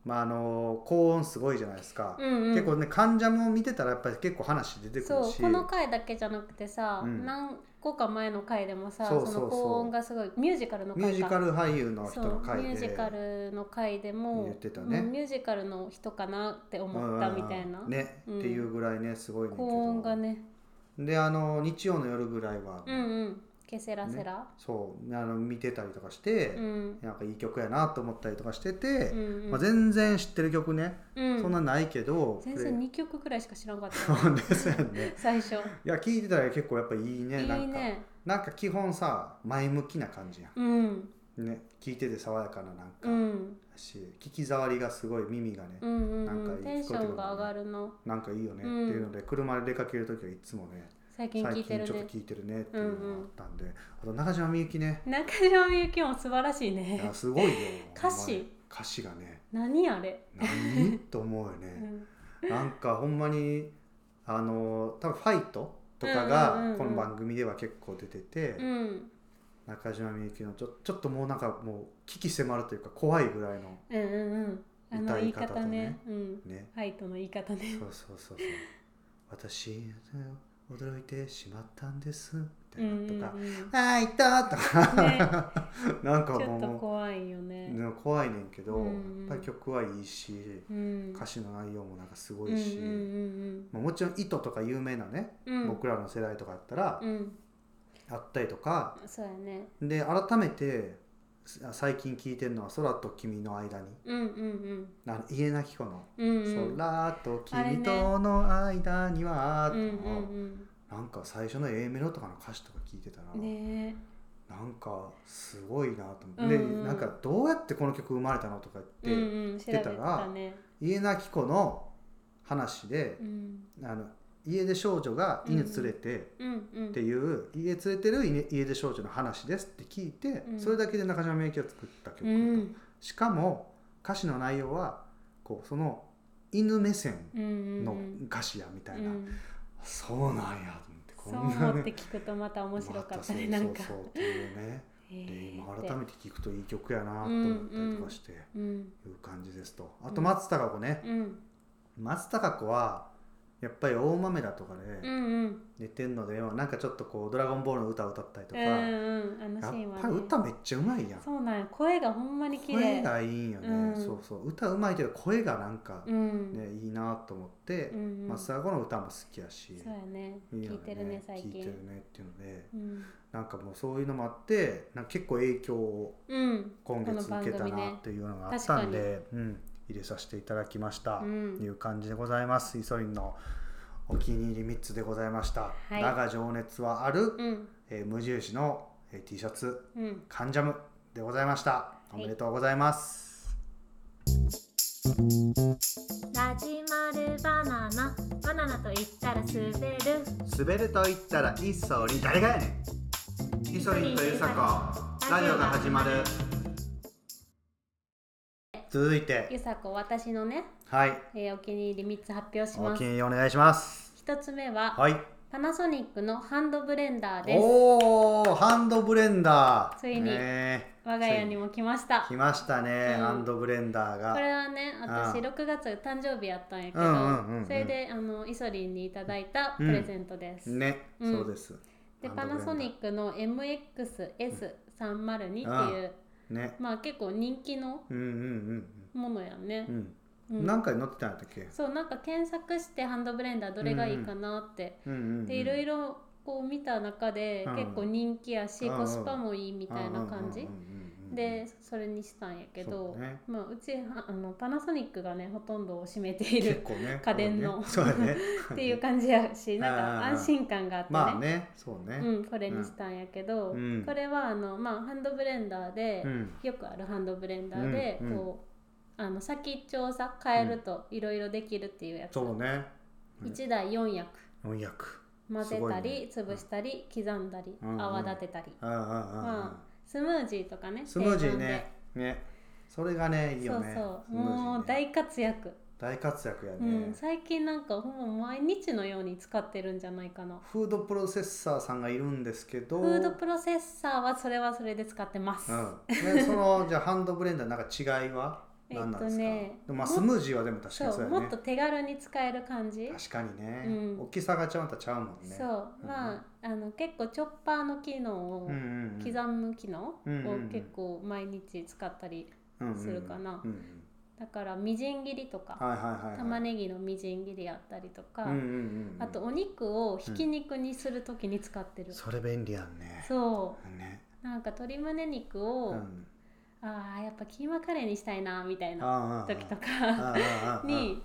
[SPEAKER 2] まあ、あのー高音すごいじゃないですか、
[SPEAKER 1] うんうん
[SPEAKER 2] 結構ね関ジャムを見てたらやっぱり結構話出てくる
[SPEAKER 1] そう
[SPEAKER 2] し
[SPEAKER 1] この回だけじゃなくてさ、
[SPEAKER 2] うん
[SPEAKER 1] 何個か前の回でもさ
[SPEAKER 2] そう
[SPEAKER 1] そ
[SPEAKER 2] そうそう
[SPEAKER 1] の高音がすごいミュージカルの回
[SPEAKER 2] ミ
[SPEAKER 1] か
[SPEAKER 2] ュージカル俳優の人の
[SPEAKER 1] そう
[SPEAKER 2] 回
[SPEAKER 1] ミュ
[SPEAKER 2] で
[SPEAKER 1] ージカルの回でも
[SPEAKER 2] 言ってたね
[SPEAKER 1] うんミュージカルの人かなって思ったみたいな、
[SPEAKER 2] うんね、
[SPEAKER 1] うん
[SPEAKER 2] っていうぐらいねすごいねんけど
[SPEAKER 1] 高音がね
[SPEAKER 2] であの日曜の夜ぐらいは、
[SPEAKER 1] うんうんケセラセラ、
[SPEAKER 2] そうあの見てたりとかして
[SPEAKER 1] う、ん
[SPEAKER 2] なんかいい曲やなと思ったりとかしてて、
[SPEAKER 1] うんうん
[SPEAKER 2] まあ、全然知ってる曲ね、
[SPEAKER 1] うん
[SPEAKER 2] そんなないけど
[SPEAKER 1] 全
[SPEAKER 2] プレ
[SPEAKER 1] 然
[SPEAKER 2] イ
[SPEAKER 1] 2曲くらいしか知らんかった
[SPEAKER 2] そうですよね
[SPEAKER 1] 最初
[SPEAKER 2] いや聞いてたら結構やっぱいい ね
[SPEAKER 1] い
[SPEAKER 2] なんか
[SPEAKER 1] いね
[SPEAKER 2] なんか基本さ前向きな感じや
[SPEAKER 1] うん
[SPEAKER 2] んね聞いてて爽やかななん
[SPEAKER 1] う
[SPEAKER 2] か
[SPEAKER 1] ん
[SPEAKER 2] だし、聞き障りがすごい耳がね、
[SPEAKER 1] うんう
[SPEAKER 2] なん
[SPEAKER 1] んう
[SPEAKER 2] かいい
[SPEAKER 1] んテンションが上がるの
[SPEAKER 2] なんかいいよね、
[SPEAKER 1] うん
[SPEAKER 2] っていうので車で出かける時はいつもね
[SPEAKER 1] 最近
[SPEAKER 2] 最
[SPEAKER 1] 聞いて
[SPEAKER 2] 近
[SPEAKER 1] る
[SPEAKER 2] ちょっ
[SPEAKER 1] ね
[SPEAKER 2] と聞いてるねっていうのがあったんで、あと中島みゆきね
[SPEAKER 1] 中島みゆきも素晴らしい
[SPEAKER 2] いや
[SPEAKER 1] ね
[SPEAKER 2] すごいよ
[SPEAKER 1] 歌詞
[SPEAKER 2] ほんまに歌詞がね
[SPEAKER 1] 何あれ、
[SPEAKER 2] 何と思うよ
[SPEAKER 1] うん
[SPEAKER 2] ねなんかほんまにあの多分「ファイト」とかが
[SPEAKER 1] うんうんうんうん
[SPEAKER 2] この番組では結構出てて、
[SPEAKER 1] うん
[SPEAKER 2] 中島みゆきのちょちょっともうなんかもう危機迫るというか怖いぐらいの
[SPEAKER 1] うんうんうんあの
[SPEAKER 2] 歌
[SPEAKER 1] 言
[SPEAKER 2] い
[SPEAKER 1] い
[SPEAKER 2] 方とね
[SPEAKER 1] 方ねうん
[SPEAKER 2] ね
[SPEAKER 1] ファイトの言い方ね
[SPEAKER 2] そうそうそうそう私驚いてしまったんですみた
[SPEAKER 1] う
[SPEAKER 2] い
[SPEAKER 1] ん
[SPEAKER 2] な
[SPEAKER 1] うん
[SPEAKER 2] とか
[SPEAKER 1] うん
[SPEAKER 2] 「ああいた!」とか、 なんか
[SPEAKER 1] ちょっと
[SPEAKER 2] も
[SPEAKER 1] 怖いよ
[SPEAKER 2] う
[SPEAKER 1] ね。
[SPEAKER 2] ね怖いねんけど、
[SPEAKER 1] うん
[SPEAKER 2] やっぱり曲はいいし
[SPEAKER 1] うん、
[SPEAKER 2] 歌詞の内容もなんかす
[SPEAKER 1] 多
[SPEAKER 2] ごいし、
[SPEAKER 1] うんうん
[SPEAKER 2] まあ、もちろん「糸」とか有名なね、
[SPEAKER 1] うんうん、
[SPEAKER 2] 僕らの世代とかやったら
[SPEAKER 1] うん、
[SPEAKER 2] あったりとか
[SPEAKER 1] そうやね。
[SPEAKER 2] で改めてす最近聴いてるのは「空と君の間に
[SPEAKER 1] うんうん」
[SPEAKER 2] あの家なき子の
[SPEAKER 1] うん。うんうん、
[SPEAKER 2] 空と
[SPEAKER 1] あれね
[SPEAKER 2] 君との間には、
[SPEAKER 1] うんうん
[SPEAKER 2] なんか最初の A メロとかの歌詞とか聞いてたら、
[SPEAKER 1] うん。ね
[SPEAKER 2] なんかすごいなと思って、
[SPEAKER 1] うんうん
[SPEAKER 2] でなんかどうやってこの曲生まれたのとか
[SPEAKER 1] え。う
[SPEAKER 2] 言って、
[SPEAKER 1] んうん、調
[SPEAKER 2] て
[SPEAKER 1] べ
[SPEAKER 2] た
[SPEAKER 1] て
[SPEAKER 2] ら
[SPEAKER 1] たね。
[SPEAKER 2] 家なき子の話で
[SPEAKER 1] う、ん
[SPEAKER 2] あの家出少女が犬連れて、
[SPEAKER 1] うんうん。
[SPEAKER 2] っていう家連れてる家家出少女の話ですって聞いて、
[SPEAKER 1] うん
[SPEAKER 2] それだけで中島みゆきが作った曲、
[SPEAKER 1] うん
[SPEAKER 2] しかも歌詞の内容はこうその犬目線
[SPEAKER 1] うんうん。
[SPEAKER 2] の歌詞やみたいな、
[SPEAKER 1] うん
[SPEAKER 2] そうなんやと
[SPEAKER 1] そう
[SPEAKER 2] 思ってこんな
[SPEAKER 1] 思っ
[SPEAKER 2] ね
[SPEAKER 1] て聞くとまた面白かったね、
[SPEAKER 2] ま
[SPEAKER 1] なん
[SPEAKER 2] た
[SPEAKER 1] か
[SPEAKER 2] そうそう。そうっていうね
[SPEAKER 1] へ
[SPEAKER 2] で
[SPEAKER 1] え
[SPEAKER 2] 今改めて聞くといい曲やなと思ったりとかして、
[SPEAKER 1] うん
[SPEAKER 2] いう感じですとあと松たか子ね、
[SPEAKER 1] うん
[SPEAKER 2] 松たか子はやっぱり大豆だとか
[SPEAKER 1] う
[SPEAKER 2] ね、
[SPEAKER 1] んうん
[SPEAKER 2] 寝てんのでなんかちょっとこう「ドラゴンボール」の歌を歌ったりと
[SPEAKER 1] う
[SPEAKER 2] か。
[SPEAKER 1] んうんあのシ
[SPEAKER 2] やっ
[SPEAKER 1] ーンはね
[SPEAKER 2] ぱり歌めっちゃうまいやん
[SPEAKER 1] そうなんや声がほんまに綺
[SPEAKER 2] 声
[SPEAKER 1] 麗
[SPEAKER 2] がいいんよね、
[SPEAKER 1] うん
[SPEAKER 2] そうそう歌うまいけど声がなんか
[SPEAKER 1] う、ん
[SPEAKER 2] ねいいなと思って、
[SPEAKER 1] うんうん
[SPEAKER 2] 松坂子の歌も好きやし
[SPEAKER 1] そうやね
[SPEAKER 2] いいよ
[SPEAKER 1] 聞いてるね最
[SPEAKER 2] 聞いてる
[SPEAKER 1] 近
[SPEAKER 2] ねっていうので
[SPEAKER 1] うん
[SPEAKER 2] なんかもうそういうのもあってなんか結構影響を
[SPEAKER 1] うん
[SPEAKER 2] 今月
[SPEAKER 1] この番
[SPEAKER 2] 受け
[SPEAKER 1] 組
[SPEAKER 2] た
[SPEAKER 1] ね
[SPEAKER 2] なっていうのがあったんで、うん、入れさせていただきました、
[SPEAKER 1] うん
[SPEAKER 2] いう感じでございますイソリンのお気に入り3つでございました「
[SPEAKER 1] はい
[SPEAKER 2] だが情熱はある」
[SPEAKER 1] うん
[SPEAKER 2] えー無印の、えー T シャツ
[SPEAKER 1] うん
[SPEAKER 2] カンジャムでございました。
[SPEAKER 1] い
[SPEAKER 2] おめでとうございます。
[SPEAKER 1] ラジマルバナナバナナと言ったら滑る
[SPEAKER 2] 滑ると言ったらイソリン誰がやねん。イソリンとユサコラジオが始まる。続いて
[SPEAKER 1] ゆさこ私のね、
[SPEAKER 2] はい
[SPEAKER 1] えーお気に入り3つ発表し
[SPEAKER 2] お
[SPEAKER 1] ま
[SPEAKER 2] 気
[SPEAKER 1] す
[SPEAKER 2] に入りお願いします。
[SPEAKER 1] 1つ目は、
[SPEAKER 2] はい。
[SPEAKER 1] パナソニックのハンドブレンダーです
[SPEAKER 2] おおハンドブレンダー。
[SPEAKER 1] ついに
[SPEAKER 2] ねえ
[SPEAKER 1] 我が家にも来ました
[SPEAKER 2] 来ましたね、
[SPEAKER 1] うん
[SPEAKER 2] ハンドブレンダーが。
[SPEAKER 1] これはね私
[SPEAKER 2] うん
[SPEAKER 1] 6月誕生日やったんやけど、
[SPEAKER 2] うんうんうんうん
[SPEAKER 1] それであのイソリンにいただいたプレゼントです、
[SPEAKER 2] ね、
[SPEAKER 1] うん
[SPEAKER 2] そうです。
[SPEAKER 1] でパナソニックの MXS302 っていう、
[SPEAKER 2] クね。
[SPEAKER 1] まあ結構人気の
[SPEAKER 2] うんうん
[SPEAKER 1] ものやね
[SPEAKER 2] うんう、ん。
[SPEAKER 1] う
[SPEAKER 2] うんん。何回乗ってたんやったっけ？
[SPEAKER 1] そうなんか検索してハンドブレンダーどれがいいかなって、
[SPEAKER 2] うんうんうん。
[SPEAKER 1] でいろいろこう見た中で
[SPEAKER 2] うん
[SPEAKER 1] 結構人気やし、
[SPEAKER 2] うん
[SPEAKER 1] コスパもいいみたいな感じ、
[SPEAKER 2] うんうんうんうんうん
[SPEAKER 1] でそれにしたんやけど
[SPEAKER 2] そうね
[SPEAKER 1] まあ、うちはあのパナソニックがねほとんどを占めてい
[SPEAKER 2] 結
[SPEAKER 1] る
[SPEAKER 2] 構ね
[SPEAKER 1] 家電の
[SPEAKER 2] そう だね
[SPEAKER 1] っていう感じやしなん
[SPEAKER 2] うんうんうん
[SPEAKER 1] か安心感があってね,、
[SPEAKER 2] まあねそうね
[SPEAKER 1] うん、これにしたんやけど、
[SPEAKER 2] うん
[SPEAKER 1] これはあの、まあ、ハンドブレンダーで、
[SPEAKER 2] うん
[SPEAKER 1] よくあるハンドブレンダーで、
[SPEAKER 2] うんうん
[SPEAKER 1] こうあの先っちょをさ変えるといろいろできるっていうやつ、
[SPEAKER 2] そうねうん
[SPEAKER 1] 1台4役
[SPEAKER 2] 400
[SPEAKER 1] 混ぜ
[SPEAKER 2] すごい
[SPEAKER 1] た
[SPEAKER 2] ね
[SPEAKER 1] り、潰したり刻んだり、
[SPEAKER 2] うんうん
[SPEAKER 1] 泡立てたり、
[SPEAKER 2] ああああ
[SPEAKER 1] まあ、スムージーとかね
[SPEAKER 2] スムー
[SPEAKER 1] 定
[SPEAKER 2] ジー
[SPEAKER 1] 番で
[SPEAKER 2] ねねそれがねいいよね
[SPEAKER 1] そうそ
[SPEAKER 2] ス
[SPEAKER 1] う
[SPEAKER 2] ムージーね
[SPEAKER 1] もう大活躍、
[SPEAKER 2] 大活躍やね、
[SPEAKER 1] うん、最近なんかほぼ毎日のように使ってるんじゃないかな
[SPEAKER 2] フードプロセッサーさんがいるんですけど
[SPEAKER 1] フードプロセッサーはそれはそれで使ってます、
[SPEAKER 2] うん、ね、そのじゃあハンドブレンダーなんか違い は何なんですか、
[SPEAKER 1] えっとね
[SPEAKER 2] でもまあスムージーはでも確か
[SPEAKER 1] そ
[SPEAKER 2] に
[SPEAKER 1] う
[SPEAKER 2] そうや
[SPEAKER 1] もっ
[SPEAKER 2] ね
[SPEAKER 1] と手軽に使える感じ、
[SPEAKER 2] 確かにね、
[SPEAKER 1] うん
[SPEAKER 2] 大きさがちゃんとちゃうもんね
[SPEAKER 1] そうまああの結構チョッパーの機能を、
[SPEAKER 2] うんうんうん、
[SPEAKER 1] 刻む機能を
[SPEAKER 2] うんうんうん
[SPEAKER 1] 結構毎日使ったりするかな
[SPEAKER 2] うんうんうん
[SPEAKER 1] だからみじん切りとか
[SPEAKER 2] はいはいはいはい、
[SPEAKER 1] 玉ねぎのみじん切りやったりとか、
[SPEAKER 2] うんうんうんうん
[SPEAKER 1] あとお肉をひき肉にする時に使ってる、
[SPEAKER 2] それ便利やんね
[SPEAKER 1] そ
[SPEAKER 2] ね
[SPEAKER 1] うなんか鶏胸肉を、
[SPEAKER 2] うん
[SPEAKER 1] あーやっぱキーマカレーにしたいなみたいな
[SPEAKER 2] ああ
[SPEAKER 1] 時と
[SPEAKER 2] ああ
[SPEAKER 1] か
[SPEAKER 2] ああああ
[SPEAKER 1] に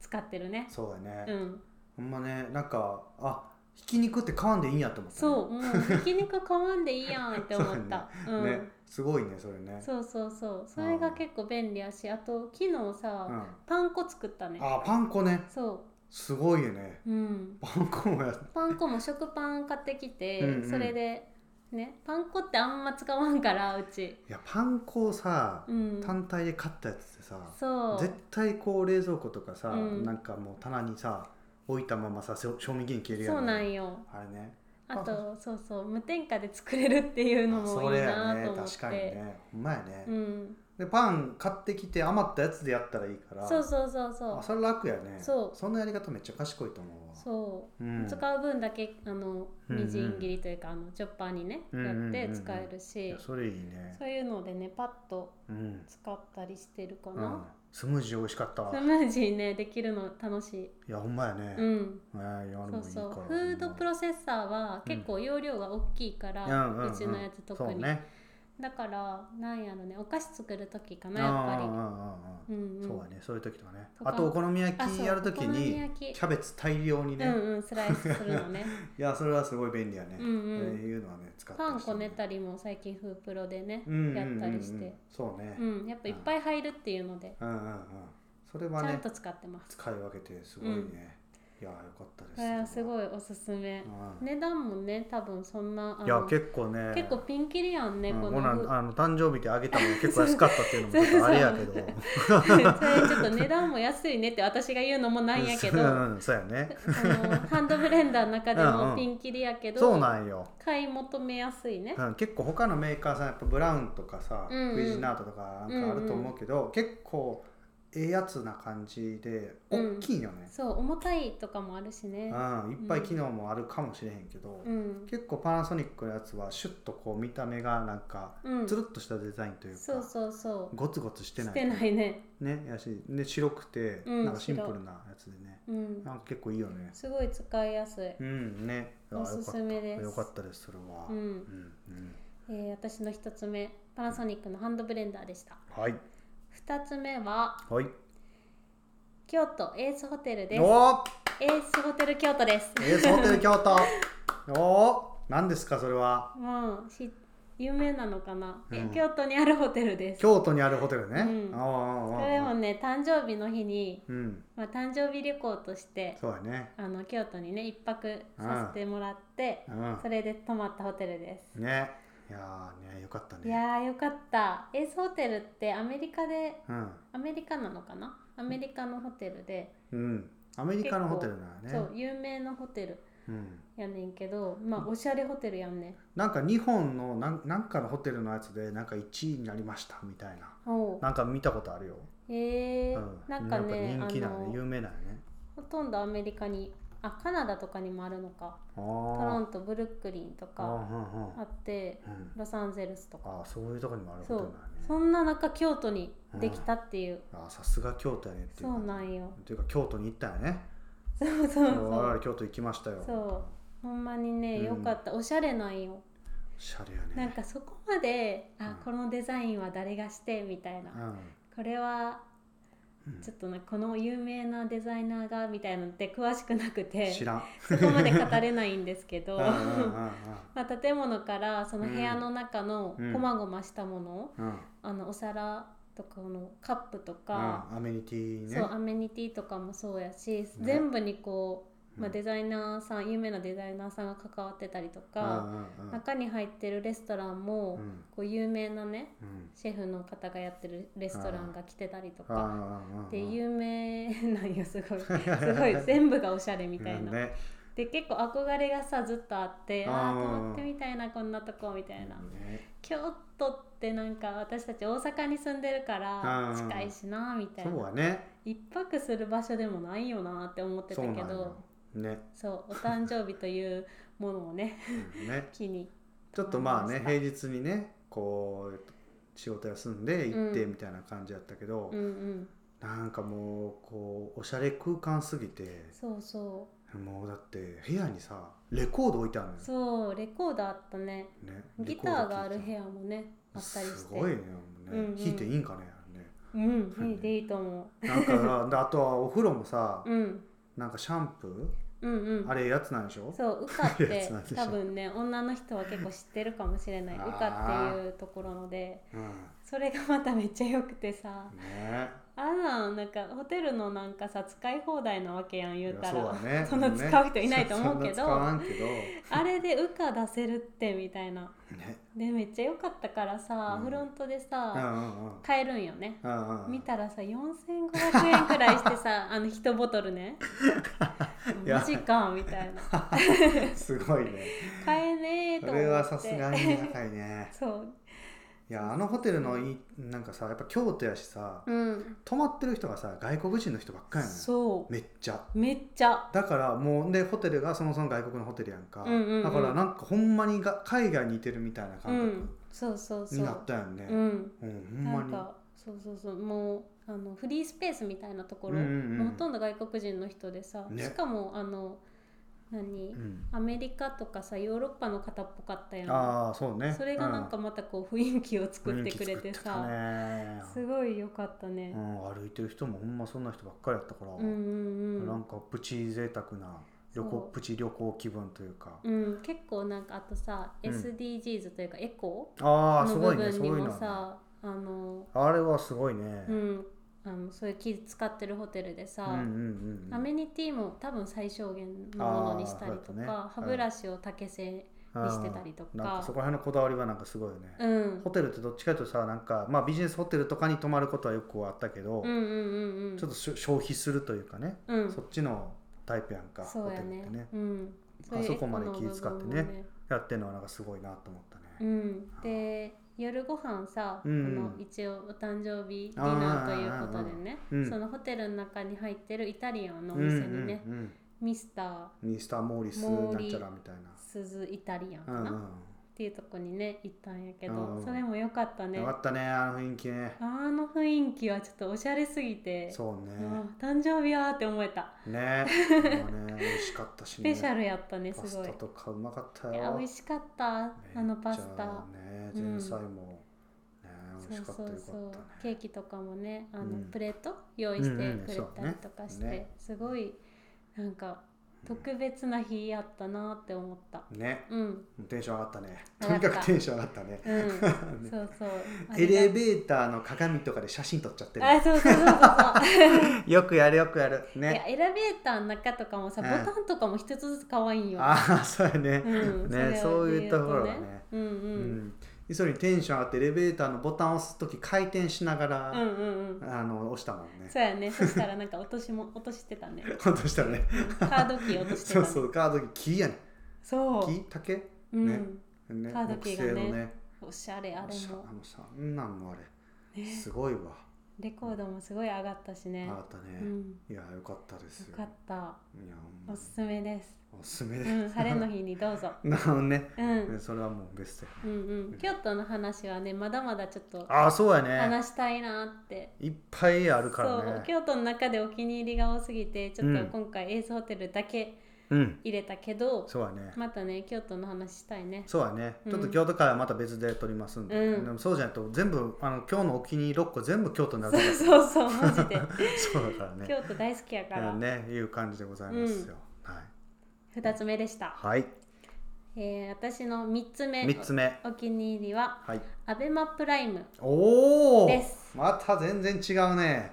[SPEAKER 1] 使ってるね
[SPEAKER 2] そうだね、
[SPEAKER 1] うん
[SPEAKER 2] ほんまねなんかあひき肉って買わんでいいんやと思ったね、
[SPEAKER 1] そうもうひき肉買わんでいいやんって思 った
[SPEAKER 2] う
[SPEAKER 1] うん
[SPEAKER 2] ねすごいねそれね
[SPEAKER 1] そうそうそうそれが結構便利やしあと昨日さ、
[SPEAKER 2] うん、
[SPEAKER 1] パン粉作ったね
[SPEAKER 2] あパン粉ね
[SPEAKER 1] そ
[SPEAKER 2] すごいよね
[SPEAKER 1] ううん
[SPEAKER 2] パン粉もや
[SPEAKER 1] パン粉も食パン買ってきて
[SPEAKER 2] うんうん
[SPEAKER 1] それでねパン粉ってあんま使わんからうち
[SPEAKER 2] いやパン粉をさ、
[SPEAKER 1] うん
[SPEAKER 2] 単体で買ったやつってさ
[SPEAKER 1] そう
[SPEAKER 2] 絶対こう冷蔵庫とかさ、
[SPEAKER 1] うん
[SPEAKER 2] なんかもう棚にさ置いたままさ賞味期限切れるや
[SPEAKER 1] そうなんんよ
[SPEAKER 2] あれね
[SPEAKER 1] あとそうそう無添加で作れるっていうのも
[SPEAKER 2] そ
[SPEAKER 1] いい
[SPEAKER 2] れや
[SPEAKER 1] な
[SPEAKER 2] ね
[SPEAKER 1] と思っ
[SPEAKER 2] 確かに
[SPEAKER 1] て
[SPEAKER 2] ねほんまやね、
[SPEAKER 1] うん
[SPEAKER 2] でパン買ってきて余ったやつでやったらいいから
[SPEAKER 1] そうそうそうそ
[SPEAKER 2] あ
[SPEAKER 1] う
[SPEAKER 2] それ楽やね
[SPEAKER 1] そうん
[SPEAKER 2] なやり方めっちゃ賢いと思うわ、
[SPEAKER 1] そうう、
[SPEAKER 2] ん、
[SPEAKER 1] 使う分だけあの
[SPEAKER 2] うんうん
[SPEAKER 1] みじん切りというか、あのチョッパーにね
[SPEAKER 2] うんうんうんうん
[SPEAKER 1] やって使えるし、
[SPEAKER 2] いやそれいいね
[SPEAKER 1] そういうのでねパッと
[SPEAKER 2] うん、
[SPEAKER 1] 使ったりしてるか
[SPEAKER 2] う
[SPEAKER 1] な、
[SPEAKER 2] ん、スムージー美味しかったわ
[SPEAKER 1] スムージーねできるの楽しい、
[SPEAKER 2] いやほんまやね、
[SPEAKER 1] う
[SPEAKER 2] え
[SPEAKER 1] ん
[SPEAKER 2] ーいや
[SPEAKER 1] そ
[SPEAKER 2] るも
[SPEAKER 1] う
[SPEAKER 2] いい
[SPEAKER 1] そ
[SPEAKER 2] から
[SPEAKER 1] うフードプロセッサーは結構容量が大きいから、
[SPEAKER 2] うん
[SPEAKER 1] うちのやつ特に、
[SPEAKER 2] そうね
[SPEAKER 1] だからなんやろねお菓子作る時か
[SPEAKER 2] うん
[SPEAKER 1] な
[SPEAKER 2] うん
[SPEAKER 1] やっ
[SPEAKER 2] うんう
[SPEAKER 1] ぱ
[SPEAKER 2] ん
[SPEAKER 1] り、うん
[SPEAKER 2] うん
[SPEAKER 1] うん、
[SPEAKER 2] そうだねそういう時とかね
[SPEAKER 1] とか
[SPEAKER 2] あとお好み焼
[SPEAKER 1] あそ
[SPEAKER 2] き
[SPEAKER 1] う
[SPEAKER 2] やる時
[SPEAKER 1] お好み
[SPEAKER 2] に
[SPEAKER 1] 焼き
[SPEAKER 2] キャベツ大量にね、
[SPEAKER 1] うんうんスライスするの ね
[SPEAKER 2] いやそれはすごい便利やね、
[SPEAKER 1] うんうん
[SPEAKER 2] えーいうのはね使って
[SPEAKER 1] パンこね
[SPEAKER 2] り
[SPEAKER 1] たりも最近フープロでね、
[SPEAKER 2] や
[SPEAKER 1] やったりして
[SPEAKER 2] そうね
[SPEAKER 1] う、ん、やっぱいっぱい入るっていうので
[SPEAKER 2] うん、うんうんそれは
[SPEAKER 1] ちゃん
[SPEAKER 2] ね
[SPEAKER 1] と使ってます
[SPEAKER 2] 使い分けてすごいね、
[SPEAKER 1] う
[SPEAKER 2] いやよかったです
[SPEAKER 1] これはす
[SPEAKER 2] い、
[SPEAKER 1] ごいおすすめ
[SPEAKER 2] うん
[SPEAKER 1] 値段もね多分そんない
[SPEAKER 2] や
[SPEAKER 1] の
[SPEAKER 2] 結構ね
[SPEAKER 1] 結構ピンキリやんね、
[SPEAKER 2] うん
[SPEAKER 1] こ
[SPEAKER 2] ほ
[SPEAKER 1] の
[SPEAKER 2] な
[SPEAKER 1] フ
[SPEAKER 2] あの誕生日であげたのが結構安かったっていうのもちょっとあれやけど
[SPEAKER 1] それ ちょっと値段も安いねって私が言うのもなんやけど
[SPEAKER 2] う
[SPEAKER 1] あ
[SPEAKER 2] んそうやね
[SPEAKER 1] のハンドブレンダーの中で
[SPEAKER 2] うんう
[SPEAKER 1] も
[SPEAKER 2] ん
[SPEAKER 1] ピンキリやけど
[SPEAKER 2] そうなんよ、
[SPEAKER 1] 買い求めやすいね、
[SPEAKER 2] うん、結構他のメーカーさんやっぱブラウンとかさ、
[SPEAKER 1] うんうん
[SPEAKER 2] クイジナートとかなんかあると思うけど、結構ええやつな感じで
[SPEAKER 1] うん
[SPEAKER 2] 大きいよね、
[SPEAKER 1] そう重たいとかもあるしね
[SPEAKER 2] うんいっぱい機能もあるかもしれへんけど、
[SPEAKER 1] うん、
[SPEAKER 2] 結構パナソニックのやつはシュッとこう見た目がなんか
[SPEAKER 1] うん、
[SPEAKER 2] つるっとしたデザインというか、
[SPEAKER 1] そうそうそう
[SPEAKER 2] ゴツゴツしてない
[SPEAKER 1] してないね
[SPEAKER 2] ねやしで白くて
[SPEAKER 1] うん
[SPEAKER 2] なんかシンプルなやつでね、
[SPEAKER 1] うん
[SPEAKER 2] なんか結構いいよね
[SPEAKER 1] すごい使いやすい
[SPEAKER 2] うんねあ
[SPEAKER 1] おすすめです
[SPEAKER 2] よかったよかったですそれは
[SPEAKER 1] うん、
[SPEAKER 2] うんうん
[SPEAKER 1] えー私の一つ目パナソニックのハンドブレンダーでした
[SPEAKER 2] はい
[SPEAKER 1] 二つ目は
[SPEAKER 2] はい
[SPEAKER 1] 京都エースホテルです
[SPEAKER 2] おー
[SPEAKER 1] エースホテル京都です
[SPEAKER 2] えー、そのテル京都 おー何ですかそれは
[SPEAKER 1] もうし有名なのかな、え
[SPEAKER 2] うん
[SPEAKER 1] 京都にあるホテルです
[SPEAKER 2] 京都にあるホテルね、
[SPEAKER 1] うん
[SPEAKER 2] ああ
[SPEAKER 1] こ
[SPEAKER 2] ああ
[SPEAKER 1] れもね誕生日の日に、
[SPEAKER 2] うん
[SPEAKER 1] まあ、誕生日旅行として
[SPEAKER 2] そうやね
[SPEAKER 1] あの京都にね一泊させてもらって
[SPEAKER 2] う
[SPEAKER 1] それで泊まったホテルです
[SPEAKER 2] んねいやーねよかったね
[SPEAKER 1] いやーよかったエースホテルってアメリカで
[SPEAKER 2] うん
[SPEAKER 1] アメリカなのかなアメリカのホテルで、
[SPEAKER 2] うん、アメリカのホテルなん
[SPEAKER 1] そ
[SPEAKER 2] やね
[SPEAKER 1] う。有名なホテル
[SPEAKER 2] うん、
[SPEAKER 1] やねんけどまあおしゃれホテルやんね
[SPEAKER 2] なんか日本のなんなんかのホテルのやつでなんか1位になりましたみたいな。
[SPEAKER 1] おう
[SPEAKER 2] なんか見たことあるよ。
[SPEAKER 1] へえー
[SPEAKER 2] うん、
[SPEAKER 1] なんかね
[SPEAKER 2] やっぱ人気な
[SPEAKER 1] あ
[SPEAKER 2] のね、
[SPEAKER 1] の
[SPEAKER 2] 有名なのね。
[SPEAKER 1] ほとんどアメリカにあカナダとかにもあるのか
[SPEAKER 2] あ
[SPEAKER 1] トロ
[SPEAKER 2] ー
[SPEAKER 1] ントブルックリンと
[SPEAKER 2] あー、
[SPEAKER 1] か
[SPEAKER 2] うんうん
[SPEAKER 1] あって
[SPEAKER 2] うん
[SPEAKER 1] ロサンゼルスとか
[SPEAKER 2] あー、そういうとこにもあるホ
[SPEAKER 1] そ
[SPEAKER 2] テル
[SPEAKER 1] う
[SPEAKER 2] な
[SPEAKER 1] そ
[SPEAKER 2] んやね。
[SPEAKER 1] んな中京都にできたっていう、
[SPEAKER 2] あーさすが京都やねってい
[SPEAKER 1] そ
[SPEAKER 2] う
[SPEAKER 1] う
[SPEAKER 2] 感じ。
[SPEAKER 1] なんよ
[SPEAKER 2] というか京都に行ったよね。
[SPEAKER 1] そうそう
[SPEAKER 2] もう我
[SPEAKER 1] そ
[SPEAKER 2] 々
[SPEAKER 1] う
[SPEAKER 2] 京都行きましたよ。
[SPEAKER 1] そうほんまにね
[SPEAKER 2] うん
[SPEAKER 1] よかった、おしゃれなんよ
[SPEAKER 2] おしゃれやね。
[SPEAKER 1] なんかそこまで、
[SPEAKER 2] うん
[SPEAKER 1] あこのデザインは誰がしてみたいな、これは
[SPEAKER 2] うん
[SPEAKER 1] ちょっとねこの有名なデザイナーがみたいなのって詳しくなく
[SPEAKER 2] うん、
[SPEAKER 1] て
[SPEAKER 2] 知らん。
[SPEAKER 1] そこまで語れないんですけ
[SPEAKER 2] う
[SPEAKER 1] ど
[SPEAKER 2] んうんう ん
[SPEAKER 1] まあ建物からその部屋の中の
[SPEAKER 2] うん
[SPEAKER 1] こまごましたものを、
[SPEAKER 2] うんうん
[SPEAKER 1] あのお皿とかのカップと
[SPEAKER 2] うん
[SPEAKER 1] か、
[SPEAKER 2] アメニティね。
[SPEAKER 1] そうアメニティとかもそうやし、全部にこう、まあ、デザイナーさん有名なデザイナーさんが関わってたりと
[SPEAKER 2] う
[SPEAKER 1] か、
[SPEAKER 2] んうんうん
[SPEAKER 1] 中に入ってるレストラン
[SPEAKER 2] う
[SPEAKER 1] も、
[SPEAKER 2] ん
[SPEAKER 1] こう有名なね
[SPEAKER 2] うん
[SPEAKER 1] シェフの方がやってるレストランが来てたりと
[SPEAKER 2] ああ
[SPEAKER 1] か
[SPEAKER 2] ああ
[SPEAKER 1] で
[SPEAKER 2] う
[SPEAKER 1] 有名なんよすごい すごい全部がおしゃれみ
[SPEAKER 2] み
[SPEAKER 1] たいな。
[SPEAKER 2] ね
[SPEAKER 1] で結構憧れがさずっとあって
[SPEAKER 2] あー
[SPEAKER 1] ああ泊まってみたいなこんなとこみたいな。
[SPEAKER 2] ね
[SPEAKER 1] 京都ってなんか私たち大阪に住んでるから
[SPEAKER 2] あー
[SPEAKER 1] 近いしなみたい
[SPEAKER 2] そう
[SPEAKER 1] な
[SPEAKER 2] はね
[SPEAKER 1] 一泊する場所でもないよなって思ってた
[SPEAKER 2] そうなん
[SPEAKER 1] け
[SPEAKER 2] よ
[SPEAKER 1] ど
[SPEAKER 2] ね,、
[SPEAKER 1] そうお誕生日というものをね
[SPEAKER 2] うん、ね
[SPEAKER 1] 機に
[SPEAKER 2] ちょっとまあね
[SPEAKER 1] わか
[SPEAKER 2] 平
[SPEAKER 1] り
[SPEAKER 2] 日にねこう仕事休んで行ってみたいな感じやったけど、
[SPEAKER 1] うんうん
[SPEAKER 2] なんかもうこうおしゃれ空間すぎて
[SPEAKER 1] そうそ
[SPEAKER 2] もうだって部屋にさレコード置いてあるの
[SPEAKER 1] う
[SPEAKER 2] よ、
[SPEAKER 1] そうレコーダーあったね
[SPEAKER 2] ね、
[SPEAKER 1] ギターがある部
[SPEAKER 2] 屋
[SPEAKER 1] 屋もねあったりして
[SPEAKER 2] すごいねもうね、
[SPEAKER 1] うんうん
[SPEAKER 2] 弾いていいんかねあ れね
[SPEAKER 1] うんいいでいいと思
[SPEAKER 2] なんかであとはお風呂もさ
[SPEAKER 1] う、うん、
[SPEAKER 2] なんかシャンプ
[SPEAKER 1] うんうん
[SPEAKER 2] ーあれやつなんでしょ
[SPEAKER 1] そう羽化っ
[SPEAKER 2] や
[SPEAKER 1] て
[SPEAKER 2] つなんでしょ
[SPEAKER 1] 多分ね女の人は結構知ってるかもしれない
[SPEAKER 2] あ
[SPEAKER 1] 羽
[SPEAKER 2] ー
[SPEAKER 1] 化っていうところので
[SPEAKER 2] う
[SPEAKER 1] それがまためっちゃ良くてさ
[SPEAKER 2] んね
[SPEAKER 1] あんなんなんかホテルのなんかさ使い放題なわけやん言うた
[SPEAKER 2] いや
[SPEAKER 1] ら
[SPEAKER 2] そうだ ね
[SPEAKER 1] そんな使う人いないと思うけ
[SPEAKER 2] そんな使わ
[SPEAKER 1] ど
[SPEAKER 2] んけどね
[SPEAKER 1] あれで羽化出せるってみたいな でめっちゃ良かったからさ
[SPEAKER 2] うん
[SPEAKER 1] フロントで
[SPEAKER 2] うんう
[SPEAKER 1] さ
[SPEAKER 2] んうん
[SPEAKER 1] 買えるんよね
[SPEAKER 2] うんうん
[SPEAKER 1] 見たらさ4500円くらいして さあの1ボトルね
[SPEAKER 2] いや
[SPEAKER 1] マジかみたいな
[SPEAKER 2] すごいね
[SPEAKER 1] 買えねえと
[SPEAKER 2] そ
[SPEAKER 1] 思って
[SPEAKER 2] れはさすがに高いね
[SPEAKER 1] そう
[SPEAKER 2] いいやあのホテルのいいなんかさやっぱ京都やしさ
[SPEAKER 1] うん
[SPEAKER 2] 泊まってる人がさ外国人の人ばっかりやねん
[SPEAKER 1] そ
[SPEAKER 2] めっちゃ
[SPEAKER 1] うめっちゃ
[SPEAKER 2] だからもうでホテルがそもそも外国のホテルやんか、
[SPEAKER 1] うんうんうん
[SPEAKER 2] だからなんかほんまにが海外にいてるみたいな
[SPEAKER 1] う
[SPEAKER 2] 感
[SPEAKER 1] んそうそう
[SPEAKER 2] 覚
[SPEAKER 1] そ
[SPEAKER 2] にな
[SPEAKER 1] う
[SPEAKER 2] ったやんね、
[SPEAKER 1] う
[SPEAKER 2] うん
[SPEAKER 1] ん
[SPEAKER 2] ほ
[SPEAKER 1] なんん
[SPEAKER 2] ま
[SPEAKER 1] かそうそうそうもうあのフリースペースみたいなところ、
[SPEAKER 2] うんうんうん
[SPEAKER 1] もうほとんど外国人の人でさ、
[SPEAKER 2] ね
[SPEAKER 1] しかもあの何、
[SPEAKER 2] に、うん、
[SPEAKER 1] アメリカとかさヨーロッパの方っぽかったやん
[SPEAKER 2] ああそうね
[SPEAKER 1] それがなんかまたこう雰囲気を
[SPEAKER 2] うん
[SPEAKER 1] 作ってくれてさ、
[SPEAKER 2] 雰囲気作って
[SPEAKER 1] すごい良かったね
[SPEAKER 2] たね、うん、歩いてる人もほんまそんな人ばっかりやったから、
[SPEAKER 1] うんうんう
[SPEAKER 2] なん
[SPEAKER 1] ん
[SPEAKER 2] かプチ贅沢な旅
[SPEAKER 1] そ
[SPEAKER 2] 行
[SPEAKER 1] う
[SPEAKER 2] プチ旅行気分というか、
[SPEAKER 1] うん、結構なんかあとさ、
[SPEAKER 2] うん
[SPEAKER 1] SDGs というかエコ
[SPEAKER 2] あ
[SPEAKER 1] ー
[SPEAKER 2] あす
[SPEAKER 1] の
[SPEAKER 2] ご
[SPEAKER 1] 部
[SPEAKER 2] い
[SPEAKER 1] 分
[SPEAKER 2] ねそうい
[SPEAKER 1] に
[SPEAKER 2] う
[SPEAKER 1] も
[SPEAKER 2] のあ
[SPEAKER 1] さあの、
[SPEAKER 2] れはすごいね、
[SPEAKER 1] うん、あのそういう木使ってるホテルでさ、
[SPEAKER 2] うんうんうん
[SPEAKER 1] アメニティも多分最小限のものにしたりと
[SPEAKER 2] あーそ
[SPEAKER 1] か、
[SPEAKER 2] うだね
[SPEAKER 1] 歯ブラシを竹製にしてたりとか
[SPEAKER 2] うんなんかそこら辺のこだわりはなんかすごいよね、
[SPEAKER 1] うん
[SPEAKER 2] ホテルってどっちかというとさなんか、まあ、ビジネスホテルとかに泊まることはよくあったけ
[SPEAKER 1] う
[SPEAKER 2] ど、
[SPEAKER 1] んうんうんうん
[SPEAKER 2] ちょっとしょ消費するというかね、
[SPEAKER 1] うん
[SPEAKER 2] そっちのタイプやんか
[SPEAKER 1] そう
[SPEAKER 2] ホテ
[SPEAKER 1] や
[SPEAKER 2] ル
[SPEAKER 1] ね
[SPEAKER 2] ってね
[SPEAKER 1] うん、ういう
[SPEAKER 2] あそこまで気使ってね
[SPEAKER 1] エコの部分も
[SPEAKER 2] やってるのはなんかすごいなと思った
[SPEAKER 1] う
[SPEAKER 2] ね、
[SPEAKER 1] ん、で夜ご飯さ、
[SPEAKER 2] うん
[SPEAKER 1] この一応お誕生日ディナーということでね、
[SPEAKER 2] うん
[SPEAKER 1] そのホテルの中に入ってるイタリアンのお店にね、
[SPEAKER 2] うんうん
[SPEAKER 1] ミスター
[SPEAKER 2] うんミスター・モーリス
[SPEAKER 1] モ
[SPEAKER 2] な
[SPEAKER 1] ー
[SPEAKER 2] ん
[SPEAKER 1] リ
[SPEAKER 2] ちゃらみたいな
[SPEAKER 1] スズイタリアンか
[SPEAKER 2] う
[SPEAKER 1] な、
[SPEAKER 2] ん
[SPEAKER 1] っ
[SPEAKER 2] うん
[SPEAKER 1] ていうとこにね行ったんやけど、
[SPEAKER 2] うんうん
[SPEAKER 1] それも良かったね
[SPEAKER 2] よかったねあの雰囲気ね
[SPEAKER 1] あの雰囲気はちょっとおしゃれすぎて
[SPEAKER 2] そうね
[SPEAKER 1] あ誕生日やーって思えた
[SPEAKER 2] ね ほんまね美味しかったし
[SPEAKER 1] ス
[SPEAKER 2] ね
[SPEAKER 1] ペシャルやったねす
[SPEAKER 2] パス
[SPEAKER 1] ごい
[SPEAKER 2] タとかうまかった
[SPEAKER 1] い
[SPEAKER 2] よ
[SPEAKER 1] や美味しかったあのパスタ、
[SPEAKER 2] めっ
[SPEAKER 1] う
[SPEAKER 2] ちゃね
[SPEAKER 1] ん
[SPEAKER 2] 前菜も、ね美
[SPEAKER 1] そ
[SPEAKER 2] 味
[SPEAKER 1] う
[SPEAKER 2] しかっ
[SPEAKER 1] そ
[SPEAKER 2] たよか
[SPEAKER 1] う
[SPEAKER 2] っ
[SPEAKER 1] そ
[SPEAKER 2] たね
[SPEAKER 1] うケーキとかもねあの、
[SPEAKER 2] うん
[SPEAKER 1] プレート用意して
[SPEAKER 2] うんうん
[SPEAKER 1] くれ
[SPEAKER 2] そう
[SPEAKER 1] た
[SPEAKER 2] ね
[SPEAKER 1] りとかして、
[SPEAKER 2] ね
[SPEAKER 1] すごいなんか特別な日やったなって思った
[SPEAKER 2] ね
[SPEAKER 1] うん
[SPEAKER 2] テンション上がったね
[SPEAKER 1] 上
[SPEAKER 2] と
[SPEAKER 1] がっ
[SPEAKER 2] に
[SPEAKER 1] た
[SPEAKER 2] かくテンション上がったね
[SPEAKER 1] うん、そうそうあ
[SPEAKER 2] エ
[SPEAKER 1] りが
[SPEAKER 2] レベーターの鏡とかで写真撮っちゃって
[SPEAKER 1] あそうそうそうそう
[SPEAKER 2] るよくやるよくやる
[SPEAKER 1] そう、いや
[SPEAKER 2] ね
[SPEAKER 1] エレベーターの中とかもさ
[SPEAKER 2] うん
[SPEAKER 1] ボタンとかも一つずつ可愛いんよ、
[SPEAKER 2] ああそうやね、
[SPEAKER 1] うん
[SPEAKER 2] ねそういったところ
[SPEAKER 1] そ
[SPEAKER 2] が
[SPEAKER 1] れを言うと
[SPEAKER 2] ね
[SPEAKER 1] うん
[SPEAKER 2] う
[SPEAKER 1] うん、
[SPEAKER 2] ん磯にテンション上がってエレベーターのボタンを押す時回転しながら、
[SPEAKER 1] うんうんうん
[SPEAKER 2] あの押したもんね
[SPEAKER 1] そうやねそしたらなんか落としも落としてた ね
[SPEAKER 2] 落としたね
[SPEAKER 1] うんカードキー落としてた
[SPEAKER 2] そ
[SPEAKER 1] ね
[SPEAKER 2] うそうカードキー木やね
[SPEAKER 1] そう
[SPEAKER 2] 木竹ね,、
[SPEAKER 1] うん、
[SPEAKER 2] ね
[SPEAKER 1] カードキーがね
[SPEAKER 2] 木製のね
[SPEAKER 1] おしゃれあれ
[SPEAKER 2] しゃ
[SPEAKER 1] も
[SPEAKER 2] あのさんなんもあれ、
[SPEAKER 1] ね
[SPEAKER 2] すごいわ
[SPEAKER 1] レコードもすごい上がったしね。
[SPEAKER 2] 上がったね、
[SPEAKER 1] うん、
[SPEAKER 2] いやよかったです
[SPEAKER 1] よ
[SPEAKER 2] よ
[SPEAKER 1] かった。
[SPEAKER 2] いやほんま
[SPEAKER 1] おすすめ です。
[SPEAKER 2] おすすめ
[SPEAKER 1] う
[SPEAKER 2] で
[SPEAKER 1] ん、
[SPEAKER 2] す、
[SPEAKER 1] 晴れの日にどうぞ。
[SPEAKER 2] なるほどね、
[SPEAKER 1] うん、うん、
[SPEAKER 2] それはもうベストや
[SPEAKER 1] うん、京都の話はね、まだまだちょっと
[SPEAKER 2] ああそうやね
[SPEAKER 1] 話したいなって。
[SPEAKER 2] いっぱいあるから
[SPEAKER 1] そう、
[SPEAKER 2] ね
[SPEAKER 1] 京都の中でお気に入りが多すぎて、ちょっ
[SPEAKER 2] う
[SPEAKER 1] と
[SPEAKER 2] ん
[SPEAKER 1] 今回エースホテルだけ
[SPEAKER 2] うん
[SPEAKER 1] 入れたけど。
[SPEAKER 2] そうやね
[SPEAKER 1] またね、京都の話したいね。
[SPEAKER 2] そうやね、ちょっと京都会はまた別で撮りますんで,、
[SPEAKER 1] うん
[SPEAKER 2] でもそうじゃないと全部あの今日のお気に入り6個全部京都になる
[SPEAKER 1] そ
[SPEAKER 2] か
[SPEAKER 1] う
[SPEAKER 2] ら
[SPEAKER 1] そうそ う、 マジで。
[SPEAKER 2] そうだからね
[SPEAKER 1] 京都大好きやから。
[SPEAKER 2] うんねいう感じでございますよ、
[SPEAKER 1] 二つ目でした。
[SPEAKER 2] はい、はい、
[SPEAKER 1] えー、私の三つ目。
[SPEAKER 2] 3つ目
[SPEAKER 1] お気に入りは
[SPEAKER 2] はい
[SPEAKER 1] アベマプライム。
[SPEAKER 2] おお
[SPEAKER 1] です
[SPEAKER 2] また全然違うね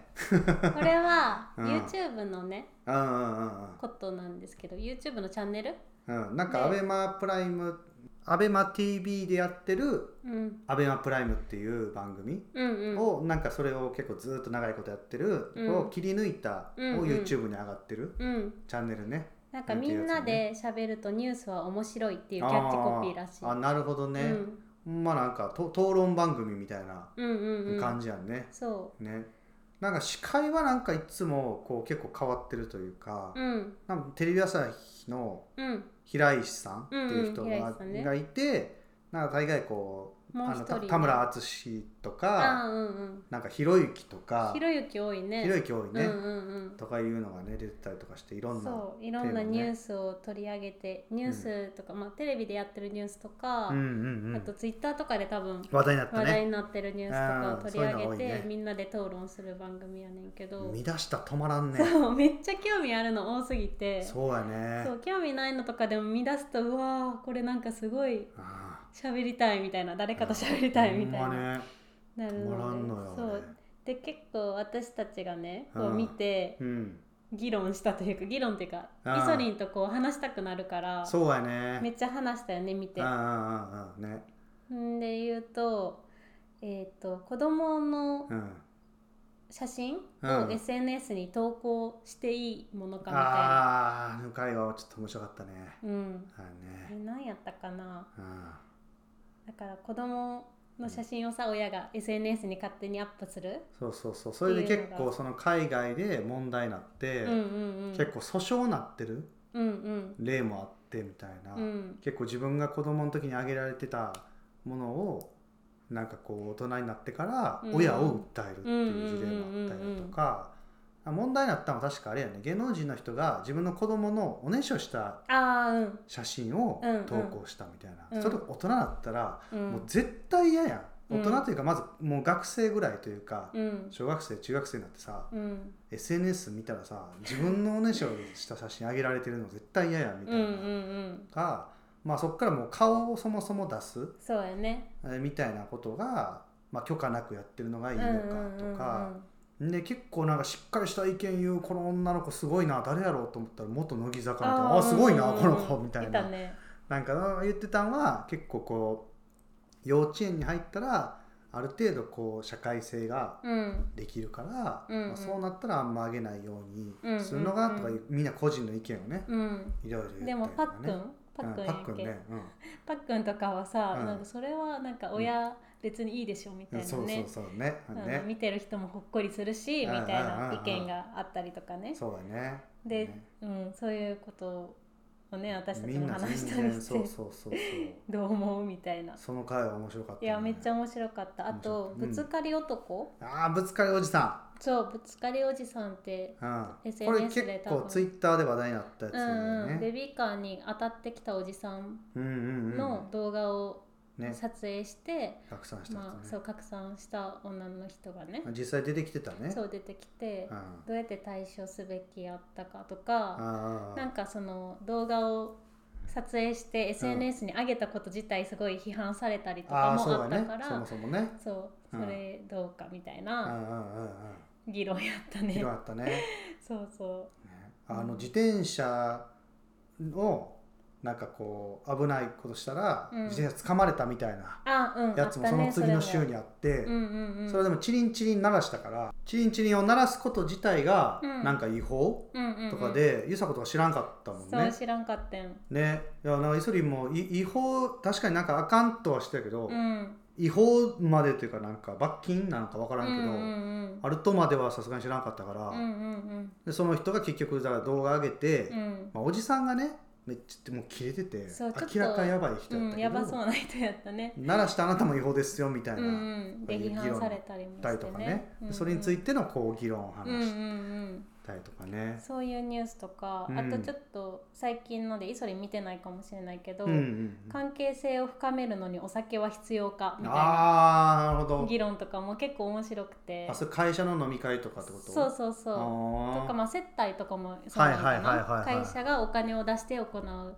[SPEAKER 1] これは
[SPEAKER 2] うん
[SPEAKER 1] YouTube のね、
[SPEAKER 2] うんうんうんうん
[SPEAKER 1] ことなんですけど YouTube のチャンネル、
[SPEAKER 2] うん、なん
[SPEAKER 1] で
[SPEAKER 2] かアベマプライムアベマ TV でやってる
[SPEAKER 1] うん、
[SPEAKER 2] アベマプライムっていう番組
[SPEAKER 1] うんうん
[SPEAKER 2] を、なんかそれを結構ずっと長いことやってる、
[SPEAKER 1] うん
[SPEAKER 2] これを切り抜いたを
[SPEAKER 1] うんうん
[SPEAKER 2] YouTube に上がってる
[SPEAKER 1] うん
[SPEAKER 2] チャンネルね。
[SPEAKER 1] なんかみんなで喋るとニュースは面白いっていうキャッチコピーらしい
[SPEAKER 2] あーあなるほどね、ほん、まあなんかと討論番組みたいな
[SPEAKER 1] うん、うんうんうん
[SPEAKER 2] 感じやんね,、
[SPEAKER 1] そ
[SPEAKER 2] ねなんか司会はなんかいつもこう結構変わってるというか,、
[SPEAKER 1] ううん
[SPEAKER 2] なんかテレビ朝日の
[SPEAKER 1] うん
[SPEAKER 2] 平石さんっていう人
[SPEAKER 1] うんうん平
[SPEAKER 2] が,、
[SPEAKER 1] 石さんね
[SPEAKER 2] がいてなんか大概こう
[SPEAKER 1] もう
[SPEAKER 2] あ
[SPEAKER 1] 一
[SPEAKER 2] の
[SPEAKER 1] 人
[SPEAKER 2] た田村淳と
[SPEAKER 1] あ
[SPEAKER 2] か
[SPEAKER 1] ーうんうん
[SPEAKER 2] なんかひろゆきとか
[SPEAKER 1] ひろゆき多いね
[SPEAKER 2] ひろゆき多いね、
[SPEAKER 1] うんうん
[SPEAKER 2] とかいうのがね出てたりとかしていろ
[SPEAKER 1] うん
[SPEAKER 2] んな
[SPEAKER 1] そういろんな
[SPEAKER 2] テーマね
[SPEAKER 1] ニュースを取り上げてニュースとか、まあテレビでやってるニュースとか、
[SPEAKER 2] うんうんう
[SPEAKER 1] あ
[SPEAKER 2] ん
[SPEAKER 1] と、ツイッターとかで多分
[SPEAKER 2] 話題になった
[SPEAKER 1] 話題
[SPEAKER 2] ね
[SPEAKER 1] になってるニュースとかを取り上
[SPEAKER 2] あーそういう
[SPEAKER 1] げ
[SPEAKER 2] の多い
[SPEAKER 1] て、
[SPEAKER 2] ね
[SPEAKER 1] みんなで討論する番組やねんけど
[SPEAKER 2] 見出したら止まらんね
[SPEAKER 1] そうめっちゃ興味あるの多すぎてそう
[SPEAKER 2] そうやね
[SPEAKER 1] 興味ないのとかでも見出すとうわーこれなんかすごい
[SPEAKER 2] ああ
[SPEAKER 1] 喋りたいみたいな誰かと喋りたいみたいな、
[SPEAKER 2] ほんまね
[SPEAKER 1] なる
[SPEAKER 2] 止まらんの
[SPEAKER 1] の
[SPEAKER 2] よ
[SPEAKER 1] で
[SPEAKER 2] ね
[SPEAKER 1] そうで結構私たちがねこ
[SPEAKER 2] う
[SPEAKER 1] うん見て
[SPEAKER 2] うん
[SPEAKER 1] 議論したというか議論っていうか
[SPEAKER 2] あー
[SPEAKER 1] イソリンとこう話したくなるから
[SPEAKER 2] そうや
[SPEAKER 1] め
[SPEAKER 2] ね
[SPEAKER 1] っちゃ話したよね見て
[SPEAKER 2] うんう。んうんうんね
[SPEAKER 1] んで言うと,、えー、と子供の
[SPEAKER 2] うん
[SPEAKER 1] 写真
[SPEAKER 2] う
[SPEAKER 1] を
[SPEAKER 2] ん
[SPEAKER 1] SNS に投稿していいものかみたいな。
[SPEAKER 2] あああの会話はちょっと面白かったね
[SPEAKER 1] うん
[SPEAKER 2] ああ
[SPEAKER 1] え
[SPEAKER 2] ね
[SPEAKER 1] 何やったかな
[SPEAKER 2] うん
[SPEAKER 1] だから子供の写真をさ親が SNS に勝手にアップする、
[SPEAKER 2] そうそうそうそれで結
[SPEAKER 1] っていうの
[SPEAKER 2] 構
[SPEAKER 1] が
[SPEAKER 2] その海外で問題になって、
[SPEAKER 1] うんうんうん、
[SPEAKER 2] 結構訴訟なってる
[SPEAKER 1] うんうん
[SPEAKER 2] 例もあってみたいな、
[SPEAKER 1] うん
[SPEAKER 2] 結構自分が子供の時にあげられてたものをなんかこう大人になってから
[SPEAKER 1] うん
[SPEAKER 2] 親を訴えるっていう事例もあったりだとかあ問題になったのは確かあれやね芸能人の人が自分の子供のおねしょした
[SPEAKER 1] ああうん
[SPEAKER 2] 写真を
[SPEAKER 1] うんうん
[SPEAKER 2] 投稿したみたいな、
[SPEAKER 1] うん
[SPEAKER 2] それ大人だったら
[SPEAKER 1] うん
[SPEAKER 2] もう絶対嫌やん、
[SPEAKER 1] うん
[SPEAKER 2] 大人というかまずもう学生ぐらいというか、
[SPEAKER 1] うん
[SPEAKER 2] 小学生中学生になってさ
[SPEAKER 1] うん
[SPEAKER 2] SNS 見たらさ自分のおねしょした写真あげられてるの絶対嫌やん
[SPEAKER 1] うん
[SPEAKER 2] みた
[SPEAKER 1] う
[SPEAKER 2] い
[SPEAKER 1] ん
[SPEAKER 2] な、
[SPEAKER 1] うん
[SPEAKER 2] が、まあ、そこからもう顔をそもそも出す
[SPEAKER 1] そうやね
[SPEAKER 2] えーみたいなことが、まあ、許可なくやってるのがいい
[SPEAKER 1] うん
[SPEAKER 2] の
[SPEAKER 1] うん
[SPEAKER 2] か
[SPEAKER 1] うんうん
[SPEAKER 2] とか、で結構なんかしっかりした意見言うこの女の子すごいな誰やろうと思ったら元乃木坂みたいなああすごいなこの子みたいな
[SPEAKER 1] たね
[SPEAKER 2] なんか言ってたんは結構こう幼稚園に入ったらある程度こう社会性が
[SPEAKER 1] うん
[SPEAKER 2] できるから、
[SPEAKER 1] うんうん
[SPEAKER 2] まあ、そうなったらあんま上げないよう
[SPEAKER 1] うんうんうん
[SPEAKER 2] にするのがとかいう、みんな個人の意見をね
[SPEAKER 1] うん
[SPEAKER 2] いろいろ言ったりとかね
[SPEAKER 1] でもパックンパ
[SPEAKER 2] うん
[SPEAKER 1] ックンや
[SPEAKER 2] パック
[SPEAKER 1] っ
[SPEAKER 2] ン
[SPEAKER 1] け、
[SPEAKER 2] ね、うん
[SPEAKER 1] パックンとかはさ、
[SPEAKER 2] うん
[SPEAKER 1] なんかそれはなんか親別にいいでしょみたいなね、
[SPEAKER 2] そうそうそうね
[SPEAKER 1] うん
[SPEAKER 2] ね、
[SPEAKER 1] 見てる人もほっこりするしみ
[SPEAKER 2] うん
[SPEAKER 1] たい
[SPEAKER 2] うんうんう
[SPEAKER 1] なん意見があったりとかね、
[SPEAKER 2] そうだね
[SPEAKER 1] で
[SPEAKER 2] ね
[SPEAKER 1] うん、そういうことをね私たち
[SPEAKER 2] みん
[SPEAKER 1] も
[SPEAKER 2] な
[SPEAKER 1] 話した
[SPEAKER 2] 全
[SPEAKER 1] り
[SPEAKER 2] 然
[SPEAKER 1] し
[SPEAKER 2] そう
[SPEAKER 1] て
[SPEAKER 2] そうそうそう
[SPEAKER 1] どう思うみたいな。
[SPEAKER 2] その回は面白かった、
[SPEAKER 1] い
[SPEAKER 2] ね、
[SPEAKER 1] やめっちゃ面白かったあと、
[SPEAKER 2] 面白いう
[SPEAKER 1] ぶ
[SPEAKER 2] ん
[SPEAKER 1] つかり男
[SPEAKER 2] あーぶつかりおじさ
[SPEAKER 1] そうぶつかりおじさんって、
[SPEAKER 2] ん、うん、これ
[SPEAKER 1] SNS
[SPEAKER 2] 結
[SPEAKER 1] で多分
[SPEAKER 2] 構ツイッターで話題になったやつ
[SPEAKER 1] う
[SPEAKER 2] だよ
[SPEAKER 1] んうん、ベ
[SPEAKER 2] ね
[SPEAKER 1] ビーカーに当たってきたおじさん
[SPEAKER 2] うんうんうん
[SPEAKER 1] の動画を
[SPEAKER 2] ね
[SPEAKER 1] 撮影して、
[SPEAKER 2] 拡散したや
[SPEAKER 1] まあ、
[SPEAKER 2] つ
[SPEAKER 1] そ
[SPEAKER 2] ね
[SPEAKER 1] う、拡散した女の人がね
[SPEAKER 2] 実際出てきてたね、
[SPEAKER 1] そうう出てきて、
[SPEAKER 2] ん、
[SPEAKER 1] どうやって対処すべきやったかとか、
[SPEAKER 2] あ
[SPEAKER 1] なんかその動画を撮影して SNS に上げたこと自体すごい批判されたりとか
[SPEAKER 2] あー
[SPEAKER 1] も
[SPEAKER 2] そう
[SPEAKER 1] あ
[SPEAKER 2] だ
[SPEAKER 1] った
[SPEAKER 2] ね
[SPEAKER 1] から、
[SPEAKER 2] そもそもね
[SPEAKER 1] そう
[SPEAKER 2] う
[SPEAKER 1] そ
[SPEAKER 2] ん
[SPEAKER 1] れどうかみたい
[SPEAKER 2] うんう
[SPEAKER 1] なん
[SPEAKER 2] うんうん
[SPEAKER 1] 議論やった
[SPEAKER 2] ひ
[SPEAKER 1] ね
[SPEAKER 2] ど。かったねね
[SPEAKER 1] そうそ
[SPEAKER 2] あ
[SPEAKER 1] うん
[SPEAKER 2] の自転車をなんかこう危ないことしたら、
[SPEAKER 1] うん
[SPEAKER 2] 自転車掴まれたみたいな
[SPEAKER 1] う。あ、うん。
[SPEAKER 2] やつも
[SPEAKER 1] あった
[SPEAKER 2] その
[SPEAKER 1] ね
[SPEAKER 2] 次の週に
[SPEAKER 1] れも
[SPEAKER 2] あって、
[SPEAKER 1] うんうんうん。
[SPEAKER 2] それでもチリンチリン鳴らしたからチリンチリンを鳴らすこと自体が
[SPEAKER 1] うん
[SPEAKER 2] なんか違法
[SPEAKER 1] うんうんうん
[SPEAKER 2] とか、で、ゆさことか知らんかったもん
[SPEAKER 1] そう
[SPEAKER 2] ね。
[SPEAKER 1] 知らんかったよ。
[SPEAKER 2] ね、いやなんかイソリンもい違法確かになんかあかんとはしてたけど、
[SPEAKER 1] うん。
[SPEAKER 2] 違法までというかなんか罰金なんかわからんけど、
[SPEAKER 1] うんうんうん。
[SPEAKER 2] あるとまではさすがに知らんかったから、
[SPEAKER 1] うんうん
[SPEAKER 2] でその人が結局だから動画上げて、
[SPEAKER 1] うん。うん。
[SPEAKER 2] まあ、おじさんがねめっちゃもう切れてて
[SPEAKER 1] そうちょっと
[SPEAKER 2] 明らかやばい人やったけど、
[SPEAKER 1] うん、やばそうな人やったね。
[SPEAKER 2] 鳴らしてあなたも違法ですよみたい
[SPEAKER 1] うん
[SPEAKER 2] な、
[SPEAKER 1] うん。で
[SPEAKER 2] まあ
[SPEAKER 1] 批判されたりも
[SPEAKER 2] たり
[SPEAKER 1] し
[SPEAKER 2] と
[SPEAKER 1] て
[SPEAKER 2] かね
[SPEAKER 1] ね。うんうん
[SPEAKER 2] それについてのこう議論を
[SPEAKER 1] うんうん
[SPEAKER 2] 話
[SPEAKER 1] う
[SPEAKER 2] し
[SPEAKER 1] ん。
[SPEAKER 2] たりとかね。
[SPEAKER 1] そういうニュースとか、
[SPEAKER 2] うん
[SPEAKER 1] あとちょっと最近のでイソリン見てないかもしれないけど、
[SPEAKER 2] うんうん
[SPEAKER 1] 関係性を深めるのにお酒は必要かみたいな
[SPEAKER 2] ああなるほど
[SPEAKER 1] 議論とかも結構面白くて
[SPEAKER 2] あそれ会社の飲み会とかってこと
[SPEAKER 1] そうそうそう
[SPEAKER 2] あー
[SPEAKER 1] とかまあ接待とかもそうなのか
[SPEAKER 2] はいはいはい
[SPEAKER 1] な
[SPEAKER 2] はいはい
[SPEAKER 1] 会社がお金を出して行う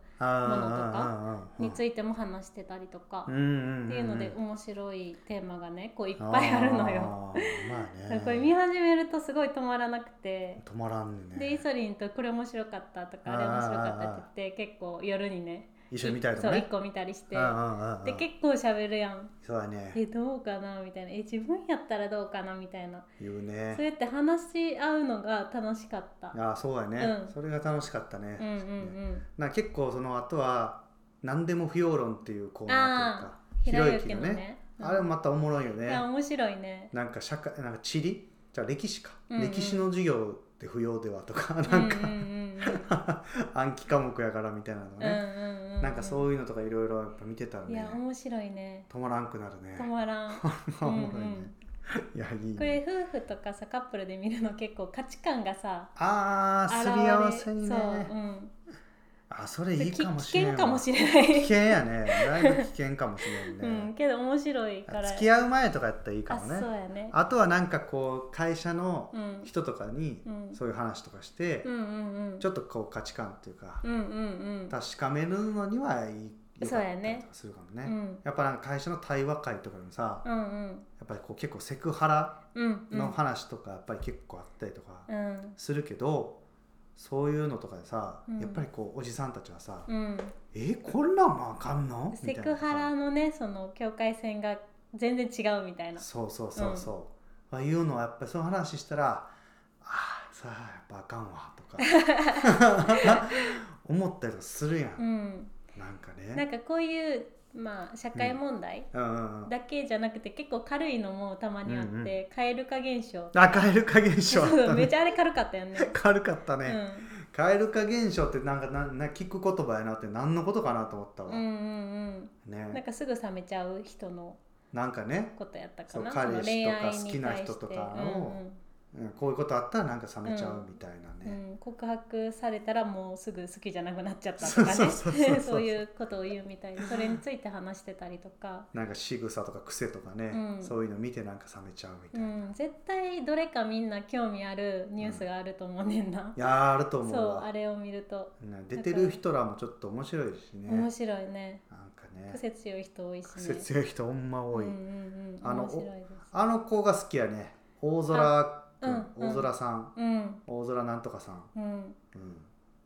[SPEAKER 2] あー
[SPEAKER 1] についても話してたりとか
[SPEAKER 2] うんうんうんうん
[SPEAKER 1] っていうので面白いテーマがねこういっぱいあるのよ。
[SPEAKER 2] あーまあね
[SPEAKER 1] これ見始めるとすごい止まらなくて。
[SPEAKER 2] 止まらんね
[SPEAKER 1] でイソリンとこれ面白かったとかあれ面白かったって言って結構夜にね
[SPEAKER 2] 一緒に見たりとか
[SPEAKER 1] そう
[SPEAKER 2] ね
[SPEAKER 1] 一個見たりして
[SPEAKER 2] うんうんうんうん
[SPEAKER 1] で結構喋るやん
[SPEAKER 2] そうだね
[SPEAKER 1] えどうかなみたいなえ自分やったらどうかなみたいな
[SPEAKER 2] 言う
[SPEAKER 1] そう
[SPEAKER 2] ね
[SPEAKER 1] やって話し合うのが楽しかった
[SPEAKER 2] ああそうだね、
[SPEAKER 1] うん
[SPEAKER 2] それが楽しかったね、
[SPEAKER 1] うんうん
[SPEAKER 2] な結構その後は何でも不要論っていうコーナ
[SPEAKER 1] うん
[SPEAKER 2] ーという
[SPEAKER 1] 平
[SPEAKER 2] かひろゆ
[SPEAKER 1] ゆ
[SPEAKER 2] き
[SPEAKER 1] き
[SPEAKER 2] の
[SPEAKER 1] の
[SPEAKER 2] ね
[SPEAKER 1] ねうん
[SPEAKER 2] あれもまたおもろいよ
[SPEAKER 1] い
[SPEAKER 2] ね
[SPEAKER 1] や面白いね
[SPEAKER 2] なんか社会なんか地理じゃあ歴史か、
[SPEAKER 1] うんうん
[SPEAKER 2] 歴史の授業って不要ではとかなんか、
[SPEAKER 1] うん うん
[SPEAKER 2] 暗記科目やからみたいなの
[SPEAKER 1] うんうん
[SPEAKER 2] ね、
[SPEAKER 1] うんうん
[SPEAKER 2] なんかそういうのとかいろいろやっぱ見てたら
[SPEAKER 1] い
[SPEAKER 2] ね
[SPEAKER 1] や面白いね
[SPEAKER 2] 止まらんくなるね
[SPEAKER 1] 止 まらん
[SPEAKER 2] お
[SPEAKER 1] うんう
[SPEAKER 2] もろいね
[SPEAKER 1] ん
[SPEAKER 2] いやいい
[SPEAKER 1] これ
[SPEAKER 2] ね
[SPEAKER 1] 夫婦とかさカップルで見るの結構価値観がさ
[SPEAKER 2] ああす
[SPEAKER 1] 現れ
[SPEAKER 2] り合わせにね
[SPEAKER 1] そううん
[SPEAKER 2] あそれいい
[SPEAKER 1] き
[SPEAKER 2] かも
[SPEAKER 1] 危
[SPEAKER 2] しれんわ
[SPEAKER 1] 険かもしれない
[SPEAKER 2] 危険やねだいぶ危険かもしれん
[SPEAKER 1] う
[SPEAKER 2] ね
[SPEAKER 1] ん、けど面白いから
[SPEAKER 2] 付き合う前とかやったらいいかも
[SPEAKER 1] あ
[SPEAKER 2] ね
[SPEAKER 1] そうやね
[SPEAKER 2] あとはなんかこう会社の
[SPEAKER 1] うん
[SPEAKER 2] 人とかに
[SPEAKER 1] うん
[SPEAKER 2] そういう話とかして、
[SPEAKER 1] うんうんうん
[SPEAKER 2] ちょっとこう価値観っていうか、
[SPEAKER 1] うんうん
[SPEAKER 2] 確かめるのにはいい良
[SPEAKER 1] そ
[SPEAKER 2] か
[SPEAKER 1] う
[SPEAKER 2] っ
[SPEAKER 1] や
[SPEAKER 2] たり
[SPEAKER 1] ね
[SPEAKER 2] とかするかも
[SPEAKER 1] う
[SPEAKER 2] ね
[SPEAKER 1] んうん
[SPEAKER 2] やっぱなんか会社の対話会とかでもさ、
[SPEAKER 1] うんうん
[SPEAKER 2] やっぱりこう結構セクハラ
[SPEAKER 1] うんうん
[SPEAKER 2] の話とかやっぱり結構あったりとか
[SPEAKER 1] うん
[SPEAKER 2] するけど、そういうのとかでさ、
[SPEAKER 1] うん
[SPEAKER 2] やっぱりこうおじさんたちはさ「
[SPEAKER 1] うん
[SPEAKER 2] えこんなんもあかんの?」み
[SPEAKER 1] セ
[SPEAKER 2] たい
[SPEAKER 1] ク
[SPEAKER 2] なさ
[SPEAKER 1] ハラのねその境界線が全然違うみたいな
[SPEAKER 2] そうそうそうそう、まあ、いうのはやっぱりその話したら「ああ さあやっぱあかんわ」とか思ったりとかするやん、
[SPEAKER 1] うん
[SPEAKER 2] なんか
[SPEAKER 1] なん
[SPEAKER 2] ね
[SPEAKER 1] かこういう、まあ、社会問題
[SPEAKER 2] うんうんうん
[SPEAKER 1] だけじゃなくて、結構軽いのもたまにあって、
[SPEAKER 2] うんうん
[SPEAKER 1] 蛙化現象
[SPEAKER 2] あ蛙化現象あっ
[SPEAKER 1] そ
[SPEAKER 2] た
[SPEAKER 1] うめっ
[SPEAKER 2] ね
[SPEAKER 1] ちゃあれ軽かったよね
[SPEAKER 2] 軽かった
[SPEAKER 1] う
[SPEAKER 2] ね、
[SPEAKER 1] ん
[SPEAKER 2] 蛙化現象ってなんかなな聞く言葉やなって何のことかなと思ったわ、
[SPEAKER 1] うんうんうんなん
[SPEAKER 2] ね
[SPEAKER 1] かすぐ冷めちゃう人の
[SPEAKER 2] なんかね、
[SPEAKER 1] ことやったかな
[SPEAKER 2] そう
[SPEAKER 1] その恋愛
[SPEAKER 2] 彼氏とか好き
[SPEAKER 1] に
[SPEAKER 2] な
[SPEAKER 1] 対して
[SPEAKER 2] 人とかをうん、こういうことあったらなんか冷めちゃうみたいな
[SPEAKER 1] うんうん
[SPEAKER 2] ね、
[SPEAKER 1] うん告白されたらもうすぐ好きじゃなくなっちゃったとか
[SPEAKER 2] そう
[SPEAKER 1] ね
[SPEAKER 2] そうそうそ う
[SPEAKER 1] そういうことを言うみたいでそれについて話してたりとか、
[SPEAKER 2] なんか仕草とか癖とかね、
[SPEAKER 1] うん
[SPEAKER 2] そういうの見てなんか冷めちゃうみた
[SPEAKER 1] う
[SPEAKER 2] いな、い
[SPEAKER 1] ん、絶対どれかみんな興味あるニュースがあると思うねんな、
[SPEAKER 2] やーあると思う
[SPEAKER 1] そう
[SPEAKER 2] わ
[SPEAKER 1] あれを見ると
[SPEAKER 2] ね出てる人らもちょっと面白いしね
[SPEAKER 1] 面白いね
[SPEAKER 2] なんかね
[SPEAKER 1] 癖強い人多いしね
[SPEAKER 2] 癖強い人ほんま多い、
[SPEAKER 1] うんうんうん、
[SPEAKER 2] あの
[SPEAKER 1] 面白いです
[SPEAKER 2] あの子が好きやね大空
[SPEAKER 1] うん
[SPEAKER 2] くん、
[SPEAKER 1] うん
[SPEAKER 2] 大空さん
[SPEAKER 1] うん
[SPEAKER 2] 大空なんとかさん、
[SPEAKER 1] うん
[SPEAKER 2] うん、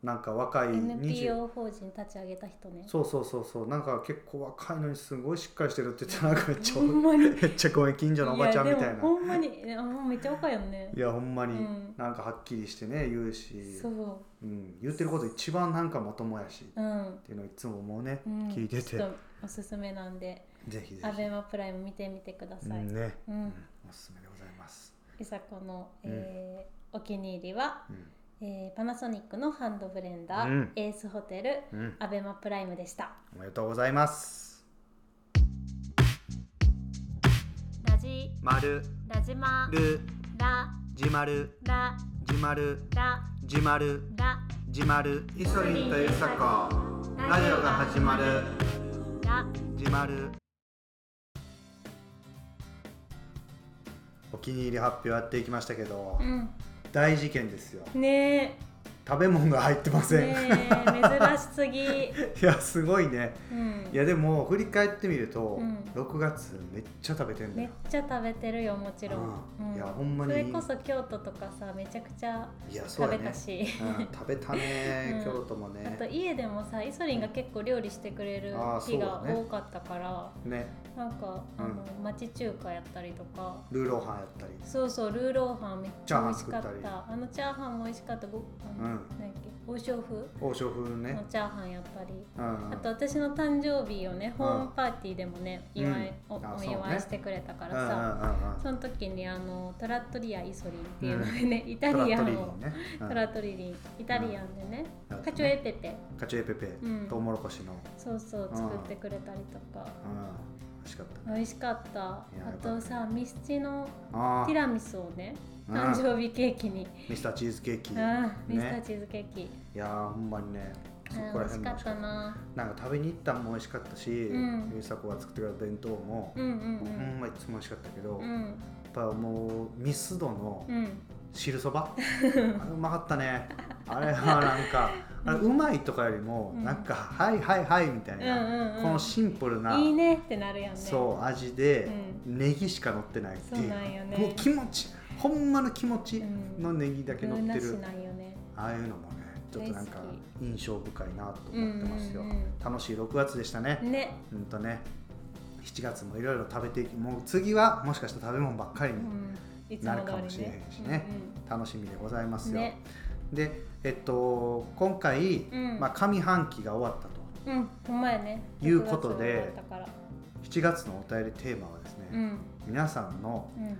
[SPEAKER 2] なんか若い20
[SPEAKER 1] NPO 法人立ち上げた人ね
[SPEAKER 2] そうそうそうそうなんか結構若いのにすごいしっかりしてるっ て言ってなんかめっち
[SPEAKER 1] ほ
[SPEAKER 2] ゃ
[SPEAKER 1] んまに
[SPEAKER 2] めっちゃごめん近所のおばちゃんみたい
[SPEAKER 1] や
[SPEAKER 2] な
[SPEAKER 1] でもほんまにあもうめっちゃ若いよね
[SPEAKER 2] いやほんまに、
[SPEAKER 1] うん
[SPEAKER 2] なんかはっきりしてね言うし、、
[SPEAKER 1] そううん
[SPEAKER 2] 言ってること一番なんかまともやしっ
[SPEAKER 1] うん、
[SPEAKER 2] ていうのいつももうね、
[SPEAKER 1] うん、
[SPEAKER 2] 聞いてて
[SPEAKER 1] ちょっ
[SPEAKER 2] ぜ
[SPEAKER 1] とおすすめなんで
[SPEAKER 2] ひぜ
[SPEAKER 1] ア
[SPEAKER 2] ひ
[SPEAKER 1] ベマプライム見てみてくだ
[SPEAKER 2] う
[SPEAKER 1] さい、
[SPEAKER 2] んね、
[SPEAKER 1] うん
[SPEAKER 2] おすすめでございます、
[SPEAKER 1] いさこの、えーお気に入りは、
[SPEAKER 2] うん
[SPEAKER 1] えーパナソニックのハンドブレンダー、
[SPEAKER 2] うん
[SPEAKER 1] エースホテル
[SPEAKER 2] うん、
[SPEAKER 1] アベマプライムでした
[SPEAKER 2] おめでとうございます
[SPEAKER 1] ラジ
[SPEAKER 2] まる
[SPEAKER 1] ラジマ
[SPEAKER 2] る
[SPEAKER 1] ラ
[SPEAKER 2] じまる
[SPEAKER 1] ラ
[SPEAKER 2] じまる
[SPEAKER 1] ラ
[SPEAKER 2] じまる
[SPEAKER 1] ラ
[SPEAKER 2] じまるイソリンとユサコ
[SPEAKER 1] ラジオが始ま
[SPEAKER 2] る
[SPEAKER 1] ラ
[SPEAKER 2] じまるお気に入り発表やっていきましたけど、
[SPEAKER 1] うん
[SPEAKER 2] 大事件ですよ
[SPEAKER 1] ね
[SPEAKER 2] 食べ物が入ってま
[SPEAKER 1] え
[SPEAKER 2] せん、
[SPEAKER 1] ねえ珍しす ぎ、
[SPEAKER 2] いやすごいね
[SPEAKER 1] うん
[SPEAKER 2] い、やでも振り返ってみると、
[SPEAKER 1] うん
[SPEAKER 2] 6月めっちゃ食べてんだ
[SPEAKER 1] めっ
[SPEAKER 2] よ
[SPEAKER 1] ちゃ食べてるよもちろん、
[SPEAKER 2] うん
[SPEAKER 1] う
[SPEAKER 2] いやほんまに
[SPEAKER 1] それこそ京都とかさめちゃくちゃ
[SPEAKER 2] いやそう
[SPEAKER 1] 食べ
[SPEAKER 2] やね
[SPEAKER 1] たし、
[SPEAKER 2] うん、食べたね、
[SPEAKER 1] うん
[SPEAKER 2] 京都も
[SPEAKER 1] あと
[SPEAKER 2] ね
[SPEAKER 1] 家でもさイソリンが結構料理してくれる
[SPEAKER 2] あー
[SPEAKER 1] 日が
[SPEAKER 2] そうだね
[SPEAKER 1] 多かったから、
[SPEAKER 2] ね
[SPEAKER 1] なんかあの、
[SPEAKER 2] う
[SPEAKER 1] 町中華やったりとか
[SPEAKER 2] ルーローハンやったり
[SPEAKER 1] そうそうルーローハンめっちゃ美味しかっ
[SPEAKER 2] チャーハン作った
[SPEAKER 1] あのチャーハンも美味しかったごあの、
[SPEAKER 2] うん
[SPEAKER 1] 何やっけ王将風
[SPEAKER 2] 王将風ね
[SPEAKER 1] のチャーハンやったり、
[SPEAKER 2] うん
[SPEAKER 1] あと私の誕生日をねホームパーティーでもね、祝い
[SPEAKER 2] うん
[SPEAKER 1] お
[SPEAKER 2] あ
[SPEAKER 1] お
[SPEAKER 2] そうね
[SPEAKER 1] 祝いしてくれたからさ、その時にあのトラットリアイソリンっていうのでね、イタリアンを
[SPEAKER 2] ね、うん
[SPEAKER 1] トラットリリンイタリアンでね、
[SPEAKER 2] うん
[SPEAKER 1] カチョエペペ
[SPEAKER 2] カチュエペペ、
[SPEAKER 1] うん
[SPEAKER 2] トウモロコシの、うん、
[SPEAKER 1] そうそう
[SPEAKER 2] うん
[SPEAKER 1] 作ってくれたりとか、
[SPEAKER 2] 美味しかったね
[SPEAKER 1] 美味しかったあ
[SPEAKER 2] いや
[SPEAKER 1] とさミスチの
[SPEAKER 2] あ
[SPEAKER 1] ティ
[SPEAKER 2] ー
[SPEAKER 1] ラミスをね
[SPEAKER 2] うん
[SPEAKER 1] 誕生日ケーキに、
[SPEAKER 2] ミスターチーズケーキ、
[SPEAKER 1] うんミスターチーズケーキ、
[SPEAKER 2] いやーほんまにねそ
[SPEAKER 1] うん美
[SPEAKER 2] こら
[SPEAKER 1] 味し
[SPEAKER 2] 辺
[SPEAKER 1] かっ
[SPEAKER 2] も美味し
[SPEAKER 1] た
[SPEAKER 2] かった
[SPEAKER 1] な
[SPEAKER 2] なんか食べに行ったんも美味しかったし、
[SPEAKER 1] ん
[SPEAKER 2] ゆうさこが作ってくれた弁当も、
[SPEAKER 1] うんうん
[SPEAKER 2] ほんまいつも美味しかったけど、
[SPEAKER 1] うんう
[SPEAKER 2] やっ
[SPEAKER 1] ん
[SPEAKER 2] ぱもうミスドの
[SPEAKER 1] うん
[SPEAKER 2] 汁 そば、あれうまかったねあれはなんかあれうまいとかよりも、
[SPEAKER 1] うん
[SPEAKER 2] なんか「はいはいはい」みたいな、
[SPEAKER 1] うんうんうん
[SPEAKER 2] このシンプルない
[SPEAKER 1] いねってなるやんね
[SPEAKER 2] そう味で、
[SPEAKER 1] う
[SPEAKER 2] ネギしか乗ってないっていう
[SPEAKER 1] そうなんよね
[SPEAKER 2] もう気持ちほんまの気持ち
[SPEAKER 1] うん
[SPEAKER 2] のネギだけ
[SPEAKER 1] 具
[SPEAKER 2] 乗って
[SPEAKER 1] なし
[SPEAKER 2] る、
[SPEAKER 1] ないよね
[SPEAKER 2] ああいうのもねちょっとなんか
[SPEAKER 1] 大好
[SPEAKER 2] 印象深いなと思ってますよ、
[SPEAKER 1] うんうんうん
[SPEAKER 2] 楽しい6月でしたね
[SPEAKER 1] ね
[SPEAKER 2] うんとね7月もいろいろ食べていきもう次はもしかしたら食べ物ばっかり
[SPEAKER 1] う
[SPEAKER 2] に
[SPEAKER 1] んいつも
[SPEAKER 2] な
[SPEAKER 1] 通
[SPEAKER 2] るかもし
[SPEAKER 1] り
[SPEAKER 2] れへ
[SPEAKER 1] ね
[SPEAKER 2] んしね、楽しみでございま
[SPEAKER 1] うんうん
[SPEAKER 2] すよ、
[SPEAKER 1] ね
[SPEAKER 2] でえっと今回、
[SPEAKER 1] うん
[SPEAKER 2] まあ、上半期が終わったと
[SPEAKER 1] うんほんまやね
[SPEAKER 2] いうこと
[SPEAKER 1] 6月だ
[SPEAKER 2] で
[SPEAKER 1] ったから
[SPEAKER 2] 7月のお便りテーマはですね、
[SPEAKER 1] うん
[SPEAKER 2] 皆さんの
[SPEAKER 1] うん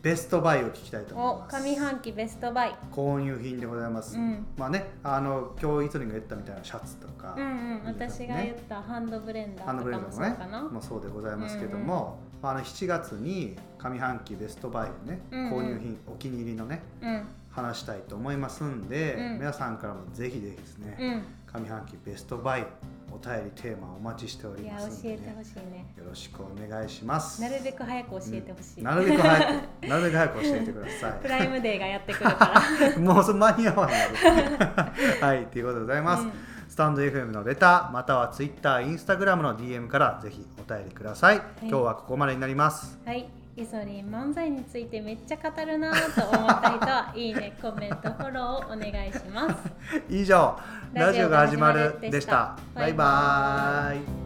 [SPEAKER 2] ベストバイを聞きたいと思い
[SPEAKER 1] お
[SPEAKER 2] ます
[SPEAKER 1] 上半期ベストバイ
[SPEAKER 2] 購入品でございます、
[SPEAKER 1] うん
[SPEAKER 2] まあねあの今日イトリンが言ったみたいなシャツとか、
[SPEAKER 1] うんうん
[SPEAKER 2] いいです
[SPEAKER 1] 私
[SPEAKER 2] ね
[SPEAKER 1] が言ったハンドブレンダ
[SPEAKER 2] ハン
[SPEAKER 1] ー
[SPEAKER 2] ド
[SPEAKER 1] と
[SPEAKER 2] ブレ
[SPEAKER 1] かもそ
[SPEAKER 2] ンダーも
[SPEAKER 1] う
[SPEAKER 2] ね
[SPEAKER 1] かな
[SPEAKER 2] もそうでございますけども、まあ、あの7月に上半期ベストバイのね、
[SPEAKER 1] うんうん
[SPEAKER 2] 購入品お気に入りのね
[SPEAKER 1] うん
[SPEAKER 2] 話したいと思いますんで、
[SPEAKER 1] うん
[SPEAKER 2] 皆さんからもぜひぜひですね、
[SPEAKER 1] う
[SPEAKER 2] 上半期ベストバイお便りテーマお待ちしてお
[SPEAKER 1] ん
[SPEAKER 2] り
[SPEAKER 1] いや
[SPEAKER 2] ますん
[SPEAKER 1] 教
[SPEAKER 2] で、
[SPEAKER 1] えてほ
[SPEAKER 2] ね、
[SPEAKER 1] しいね
[SPEAKER 2] よろしくお願いします
[SPEAKER 1] なるべく早く教えてほしい、
[SPEAKER 2] なるべく早く なるべく早く教えてください
[SPEAKER 1] プライムデーがやってくるから
[SPEAKER 2] もうそれ間に合わない のではい、ということでござい ます。
[SPEAKER 1] うん
[SPEAKER 2] スタンド FM のレター、または Twitter、Instagram の DM からぜひお便りください。今日はここまでになります。
[SPEAKER 1] はい、イソリン漫才についてめっちゃ語るなぁと思った人はいいね、コメント、フォローをお願いします。
[SPEAKER 2] 以上、ラ
[SPEAKER 1] ラ
[SPEAKER 2] ジ
[SPEAKER 1] ジ
[SPEAKER 2] オ
[SPEAKER 1] オ
[SPEAKER 2] が
[SPEAKER 1] が
[SPEAKER 2] 始
[SPEAKER 1] 始
[SPEAKER 2] ま
[SPEAKER 1] ま
[SPEAKER 2] る
[SPEAKER 1] る
[SPEAKER 2] で
[SPEAKER 1] で
[SPEAKER 2] し
[SPEAKER 1] したた。
[SPEAKER 2] バイバイ。